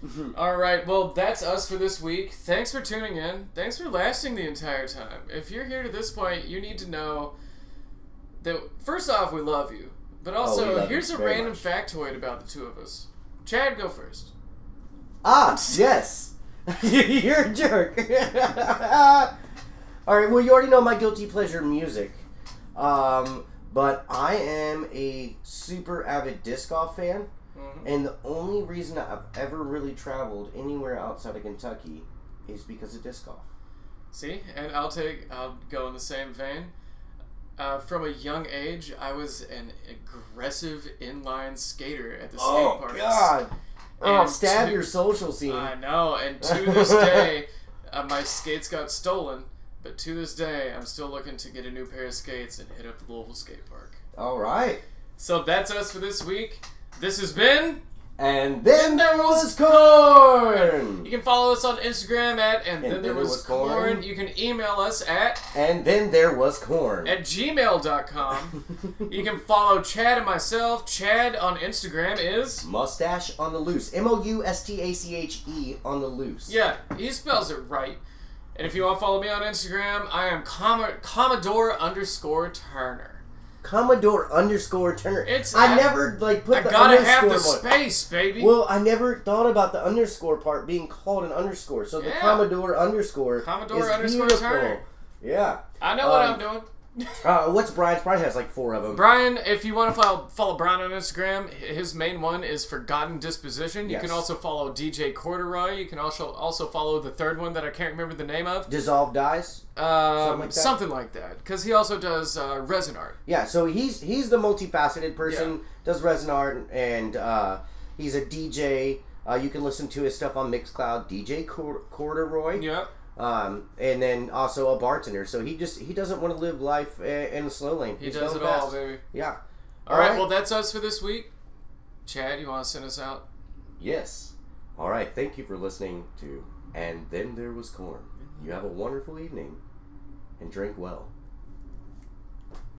Speaker 2: Yeah. All right. Well, that's us for this week. Thanks for tuning in. Thanks for lasting the entire time. If you're here to this point, you need to know that first off, we love you.
Speaker 1: Oh,
Speaker 2: But
Speaker 1: we
Speaker 2: also,
Speaker 1: love you
Speaker 2: here's a
Speaker 1: very
Speaker 2: random
Speaker 1: much.
Speaker 2: factoid about the two of us. Chad, go first.
Speaker 1: Ah, yes. You're a jerk. All right. Well, you already know my guilty pleasure music, um, but I am a super avid disc golf fan,
Speaker 2: Mhm.
Speaker 1: and the only reason I've ever really traveled anywhere outside of Kentucky is because of disc golf.
Speaker 2: See, and I'll take. I'll go in the same vein. Uh, from a young age, I was an aggressive inline skater at the skate parks.
Speaker 1: Oh, God! Oh,
Speaker 2: And
Speaker 1: stab
Speaker 2: to-
Speaker 1: your social scene.
Speaker 2: I know, and to this day, uh, my skates got stolen. But to this day, I'm still looking to get a new pair of skates and hit up the Louisville skate park.
Speaker 1: All right.
Speaker 2: So that's us for this week. This has been.
Speaker 1: And then there was corn.
Speaker 2: You can follow us on Instagram at and, then there was, corn.
Speaker 1: Corn.
Speaker 2: You can email us at
Speaker 1: And then there was corn.
Speaker 2: at gmail.com. You can follow Chad and myself. Chad on Instagram is.
Speaker 1: Mustache on the loose. M O U S T A C H E on the loose.
Speaker 2: Yeah, he spells it right. And if you want to follow me on Instagram, I am Com- Commodore underscore Turner.
Speaker 1: Commodore underscore Turner.
Speaker 2: It's-
Speaker 1: I,
Speaker 2: I-
Speaker 1: never like put
Speaker 2: I
Speaker 1: the
Speaker 2: gotta have
Speaker 1: underscore
Speaker 2: the
Speaker 1: part-
Speaker 2: space, baby.
Speaker 1: Well, I never thought about the underscore part being called an underscore. So the
Speaker 2: Yeah.
Speaker 1: Commodore underscore.
Speaker 2: Commodore
Speaker 1: is
Speaker 2: underscore
Speaker 1: beautiful.
Speaker 2: Turner.
Speaker 1: Yeah.
Speaker 2: I know what
Speaker 1: um,
Speaker 2: I'm doing.
Speaker 1: Uh, what's Brian's? Brian has like four of them.
Speaker 2: Brian, if you want to follow, follow Brian on Instagram, hi- his main one is Forgotten Disposition. You can
Speaker 1: Yes.
Speaker 2: also follow DJ Corduroy. You can also also follow the third one that I can't remember the name of.
Speaker 1: Dissolved dies.
Speaker 2: Um,
Speaker 1: like that?
Speaker 2: something like that. Because he also does uh, resin art.
Speaker 1: Yeah, so he's he's the multifaceted person. Does resin art and uh, he's a DJ. Uh, you can listen to his stuff on Mixcloud. DJ Cor- Corduroy.
Speaker 2: Yeah.
Speaker 1: um, and then also a bartender. So he just he doesn't want to live life i- in a slow lane.
Speaker 2: He does it all, baby.
Speaker 1: Yeah.
Speaker 2: All right, well, that's us for this week. Chad, you want to send us out?
Speaker 1: yes. All right. Thank you for listening to. And then there was corn. You have a wonderful evening, and drink well.